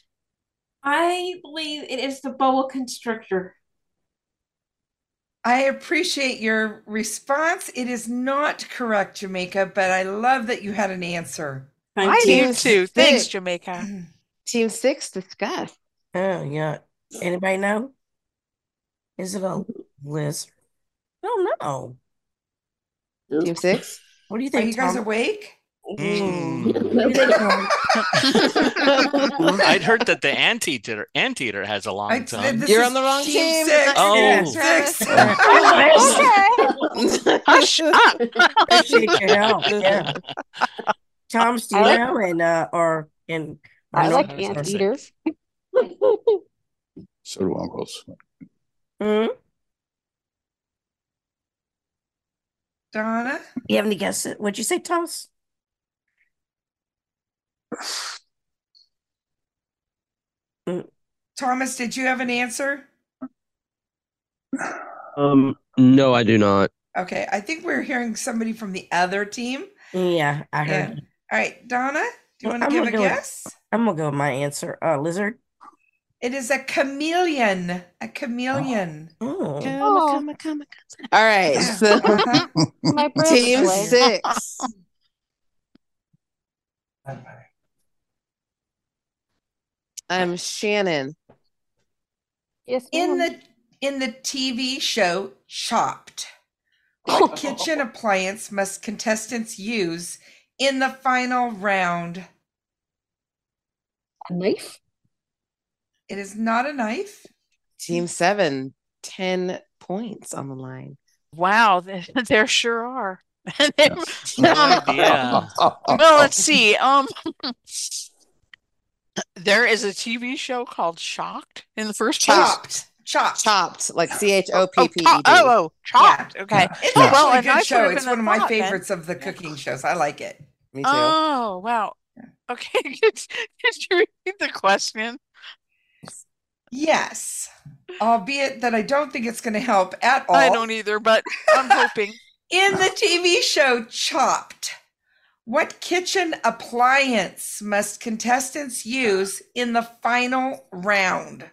Speaker 17: I believe it is the boa constrictor.
Speaker 5: I appreciate your response. It is not correct, Jamaica, but I love that you had an answer.
Speaker 9: I do
Speaker 6: Team
Speaker 9: too. Thanks,
Speaker 6: six.
Speaker 9: Jamaica.
Speaker 6: Team six, discuss.
Speaker 3: Oh yeah. Anybody know? Is it a lizard? I
Speaker 9: Oh,
Speaker 3: don't know.
Speaker 6: Team six.
Speaker 3: What do you
Speaker 5: Are
Speaker 3: think,
Speaker 5: you guys
Speaker 3: Tom?
Speaker 5: awake?
Speaker 9: *laughs*
Speaker 3: What do you think, Tom?
Speaker 12: *laughs* I'd heard that the anteater anteater has a long
Speaker 5: I-
Speaker 12: tongue.
Speaker 5: this You're on the wrong team team. six.
Speaker 12: Oh.
Speaker 5: Six. *laughs*
Speaker 10: *laughs*
Speaker 9: Okay. Hush up.
Speaker 3: *laughs*
Speaker 9: *laughs*
Speaker 3: Appreciate your help. Yeah. Tom's, do you
Speaker 9: I like-
Speaker 3: know? And uh, or and
Speaker 9: I
Speaker 3: or
Speaker 9: like
Speaker 3: Norton's or-
Speaker 9: anteater.
Speaker 24: So do uncles.
Speaker 3: Hmm?
Speaker 5: Donna?
Speaker 3: You have any guesses? What'd you say, Thomas?
Speaker 5: Thomas, did you have an answer?
Speaker 2: Um, no, I do not.
Speaker 5: Okay, I think we're hearing somebody from the other team.
Speaker 3: Yeah, I heard.
Speaker 5: Yeah. All right, Donna, do you
Speaker 3: Well,
Speaker 5: want to
Speaker 3: I'm
Speaker 5: give a
Speaker 3: gonna go with-
Speaker 5: guess?
Speaker 3: I'm gonna go with my answer. Uh, lizard.
Speaker 5: It is a chameleon. A chameleon.
Speaker 3: Oh.
Speaker 9: Oh.
Speaker 6: All right.
Speaker 5: *laughs*
Speaker 6: So *laughs*
Speaker 5: My
Speaker 6: team
Speaker 5: privilege.
Speaker 6: six. I'm Shannon.
Speaker 5: Yes, in the in the TV show Chopped, what kitchen appliance must contestants use in the final round?
Speaker 17: A knife?
Speaker 5: It is not a knife.
Speaker 9: Mm.
Speaker 6: Team seven, 10 points on the line.
Speaker 9: Wow, *laughs* th- there sure are. *laughs*
Speaker 12: Oh,
Speaker 24: *laughs*
Speaker 12: yeah.
Speaker 9: Well, let's see. Um, *laughs* there is a TV show called Shocked in the first place.
Speaker 5: Chopped. Chopped.
Speaker 6: Chopped, like C H O
Speaker 9: Oh,
Speaker 6: P P E D.
Speaker 9: cho- oh, oh, Chopped. Okay.
Speaker 5: It's
Speaker 9: Oh,
Speaker 5: actually
Speaker 9: well,
Speaker 5: a
Speaker 9: and I
Speaker 5: good
Speaker 9: put
Speaker 5: show.
Speaker 9: it
Speaker 5: It's
Speaker 9: in
Speaker 5: one
Speaker 9: the
Speaker 5: of my
Speaker 9: thought then.
Speaker 5: favorites of the cooking shows. I like it.
Speaker 6: Me
Speaker 9: Oh, wow. Okay, *laughs* could, could you repeat the question?
Speaker 5: Yes. Albeit that I don't think it's going to help at all.
Speaker 9: I don't either, but I'm hoping.
Speaker 5: *laughs* In the TV show Chopped, what kitchen appliance must contestants use in the final round?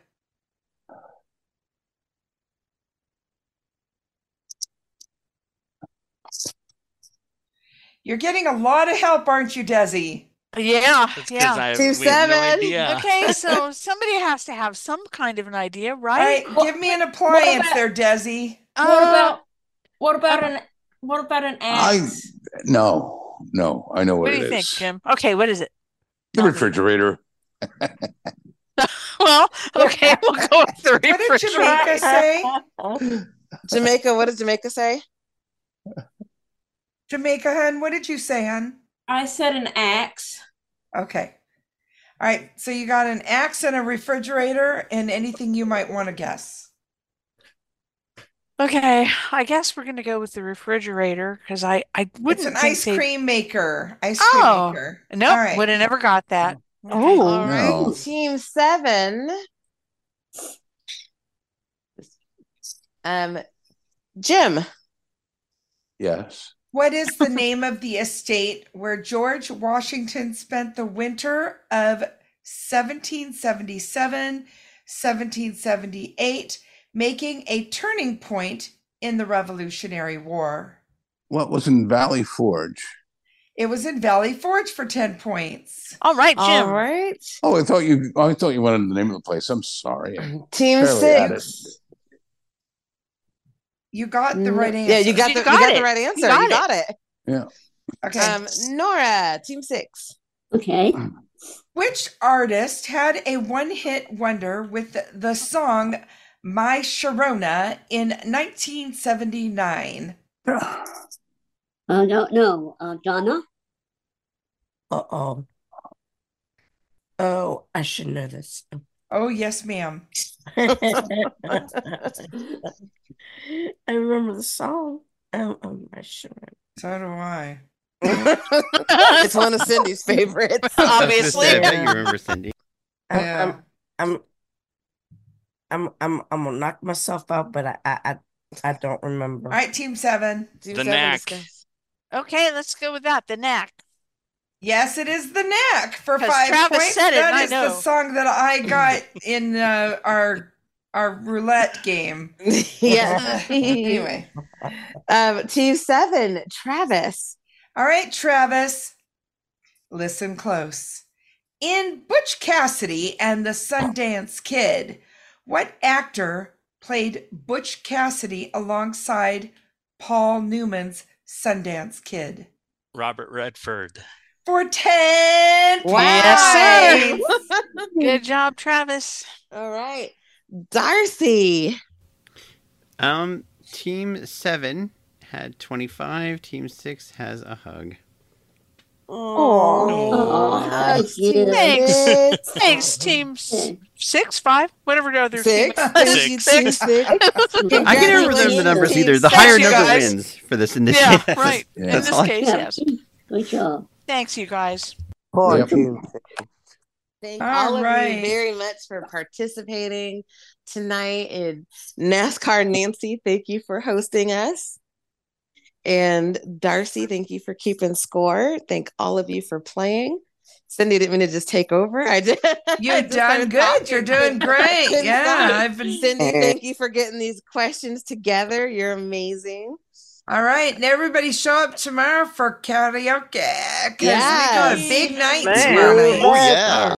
Speaker 5: You're getting a lot of help, aren't you, Desi?
Speaker 9: Yeah, yeah.
Speaker 12: I- Two we have no seven. idea.
Speaker 3: *laughs*
Speaker 12: *laughs*
Speaker 9: Okay, so somebody has to have some kind of an idea,
Speaker 5: All right,
Speaker 9: right?
Speaker 5: give me an appliance
Speaker 17: about-
Speaker 5: there, Desi.
Speaker 17: What
Speaker 9: Uh,
Speaker 17: about what about
Speaker 9: Oh.
Speaker 17: an what about an
Speaker 24: I
Speaker 17: axe?
Speaker 24: no, no. I know
Speaker 9: what
Speaker 24: what,
Speaker 9: do
Speaker 24: it
Speaker 9: you
Speaker 24: is.
Speaker 9: think, Jim? Okay, what is it?
Speaker 24: The refrigerator.
Speaker 9: Well, okay, we'll go with the
Speaker 5: What did Jamaica
Speaker 9: refrigerator.
Speaker 5: say?
Speaker 6: *laughs* Jamaica, what does Jamaica say?
Speaker 5: *laughs* Jamaica, hun, what did you say, hun?
Speaker 17: I said an axe.
Speaker 5: Okay. All right, so you got an axe and a refrigerator and anything you might want to guess.
Speaker 9: Okay, I guess we're gonna go with the refrigerator because I I
Speaker 5: It's
Speaker 9: wouldn't
Speaker 5: an
Speaker 9: think
Speaker 5: ice
Speaker 9: they'd-
Speaker 5: cream maker. Ice cream
Speaker 9: Oh,
Speaker 5: maker.
Speaker 9: Nope,
Speaker 5: All right.
Speaker 9: would have never got that. Okay.
Speaker 6: All right,
Speaker 24: No.
Speaker 6: team seven. Um, Jim.
Speaker 24: Yes.
Speaker 5: What is
Speaker 6: *laughs*
Speaker 5: the name of the estate where George Washington spent the winter of 1777, 1778, making a turning point in the Revolutionary War?
Speaker 24: What was in Valley Forge?
Speaker 5: It was in Valley Forge for 10 points.
Speaker 9: All right, Jim.
Speaker 6: All right,
Speaker 24: Oh, I thought you. I thought you wanted the name of the place. I'm sorry. I
Speaker 6: team
Speaker 24: barely had it.
Speaker 6: six.
Speaker 5: You got the
Speaker 6: No-
Speaker 5: right answer.
Speaker 6: Mm, Yeah, you got the
Speaker 9: You
Speaker 6: you
Speaker 9: got
Speaker 6: got
Speaker 9: it.
Speaker 6: the right
Speaker 9: You
Speaker 6: answer.
Speaker 9: got
Speaker 6: You
Speaker 9: it.
Speaker 6: got it.
Speaker 24: Yeah.
Speaker 5: Okay.
Speaker 6: Um, Nora, team six.
Speaker 7: Okay.
Speaker 5: Which artist had a one hit wonder with the song My Sharona in 1979?
Speaker 7: Uh, no, no, uh, Donna.
Speaker 3: Uh-oh. Oh, I should know this.
Speaker 5: Oh, yes,
Speaker 9: *laughs*
Speaker 5: ma'am.
Speaker 3: I remember the song. Oh, oh my sure.
Speaker 5: So do I.
Speaker 6: *laughs* it's one of Cindy's favorites.
Speaker 13: I was gonna
Speaker 9: Obviously.
Speaker 13: say, I bet you
Speaker 3: Yeah.
Speaker 13: remember Cindy.
Speaker 3: *laughs* I'm,
Speaker 5: Yeah.
Speaker 3: I'm, I'm, I'm, I'm, I'm gonna knock myself out, but I, I, I, I don't remember.
Speaker 5: All right, team seven.
Speaker 6: Team
Speaker 12: The
Speaker 6: seven
Speaker 12: knack.
Speaker 6: discuss-
Speaker 9: Okay, let's go with that. The knack.
Speaker 5: Yes, it is the knack for
Speaker 9: 'Cause
Speaker 5: five
Speaker 9: Travis
Speaker 5: points.
Speaker 9: said it, and
Speaker 5: That
Speaker 9: I
Speaker 5: is
Speaker 9: know.
Speaker 5: the song that I got in uh, our our roulette
Speaker 9: *laughs*
Speaker 5: game.
Speaker 6: yes.
Speaker 5: *laughs* anyway,
Speaker 6: Um, team seven, Travis.
Speaker 5: all right, Travis, listen close. In Butch Cassidy and the Sundance Kid, what actor played Butch Cassidy alongside Paul Newman's Sundance Kid?
Speaker 12: Robert Redford.
Speaker 5: For 10
Speaker 6: Wow.
Speaker 5: points.
Speaker 9: Yes, Good job, Travis.
Speaker 6: All right, Darcy.
Speaker 13: Um, team seven had 25. Team six has a hug.
Speaker 7: Oh,
Speaker 6: Aw,
Speaker 7: hug you.
Speaker 6: team
Speaker 9: Thanks.
Speaker 6: six.
Speaker 9: Thanks, team s-
Speaker 7: Okay.
Speaker 9: six, five, whatever the other team.
Speaker 6: Six.
Speaker 5: *laughs*
Speaker 9: is.
Speaker 6: Thank you,
Speaker 12: Six.
Speaker 6: team six.
Speaker 13: I can never remember the
Speaker 6: Congratulations,
Speaker 13: numbers
Speaker 6: team
Speaker 13: either. The
Speaker 6: six.
Speaker 13: higher
Speaker 9: you
Speaker 13: number
Speaker 9: guys.
Speaker 13: wins for this initiative.
Speaker 9: Yeah,
Speaker 13: *laughs*
Speaker 9: right.
Speaker 24: Yeah.
Speaker 9: In
Speaker 13: That's
Speaker 9: this
Speaker 13: all I-
Speaker 9: case,
Speaker 7: Yeah,
Speaker 9: yes.
Speaker 7: good job.
Speaker 9: Thanks, you guys.
Speaker 16: Poor
Speaker 24: Yep.
Speaker 16: team.
Speaker 6: Thank
Speaker 5: All
Speaker 6: all of
Speaker 5: right.
Speaker 6: you very much for participating tonight. And NASCAR Nancy, thank you for hosting us. And Darcy, thank you for keeping score. Thank all of you for playing. Cindy didn't mean to just take over.
Speaker 9: *laughs*
Speaker 6: I did. *laughs* I
Speaker 5: You've
Speaker 6: just
Speaker 5: done
Speaker 6: started
Speaker 5: good.
Speaker 6: talking.
Speaker 5: You're doing
Speaker 6: *laughs*
Speaker 5: great.
Speaker 6: Couldn't
Speaker 5: Yeah,
Speaker 6: stop.
Speaker 5: I've been
Speaker 6: Cindy, thank you for getting these questions together. You're amazing.
Speaker 5: all right. And everybody show up tomorrow for karaoke because we got a
Speaker 6: Yes.
Speaker 5: big night
Speaker 15: Man.
Speaker 5: tomorrow night.
Speaker 13: Oh, yeah.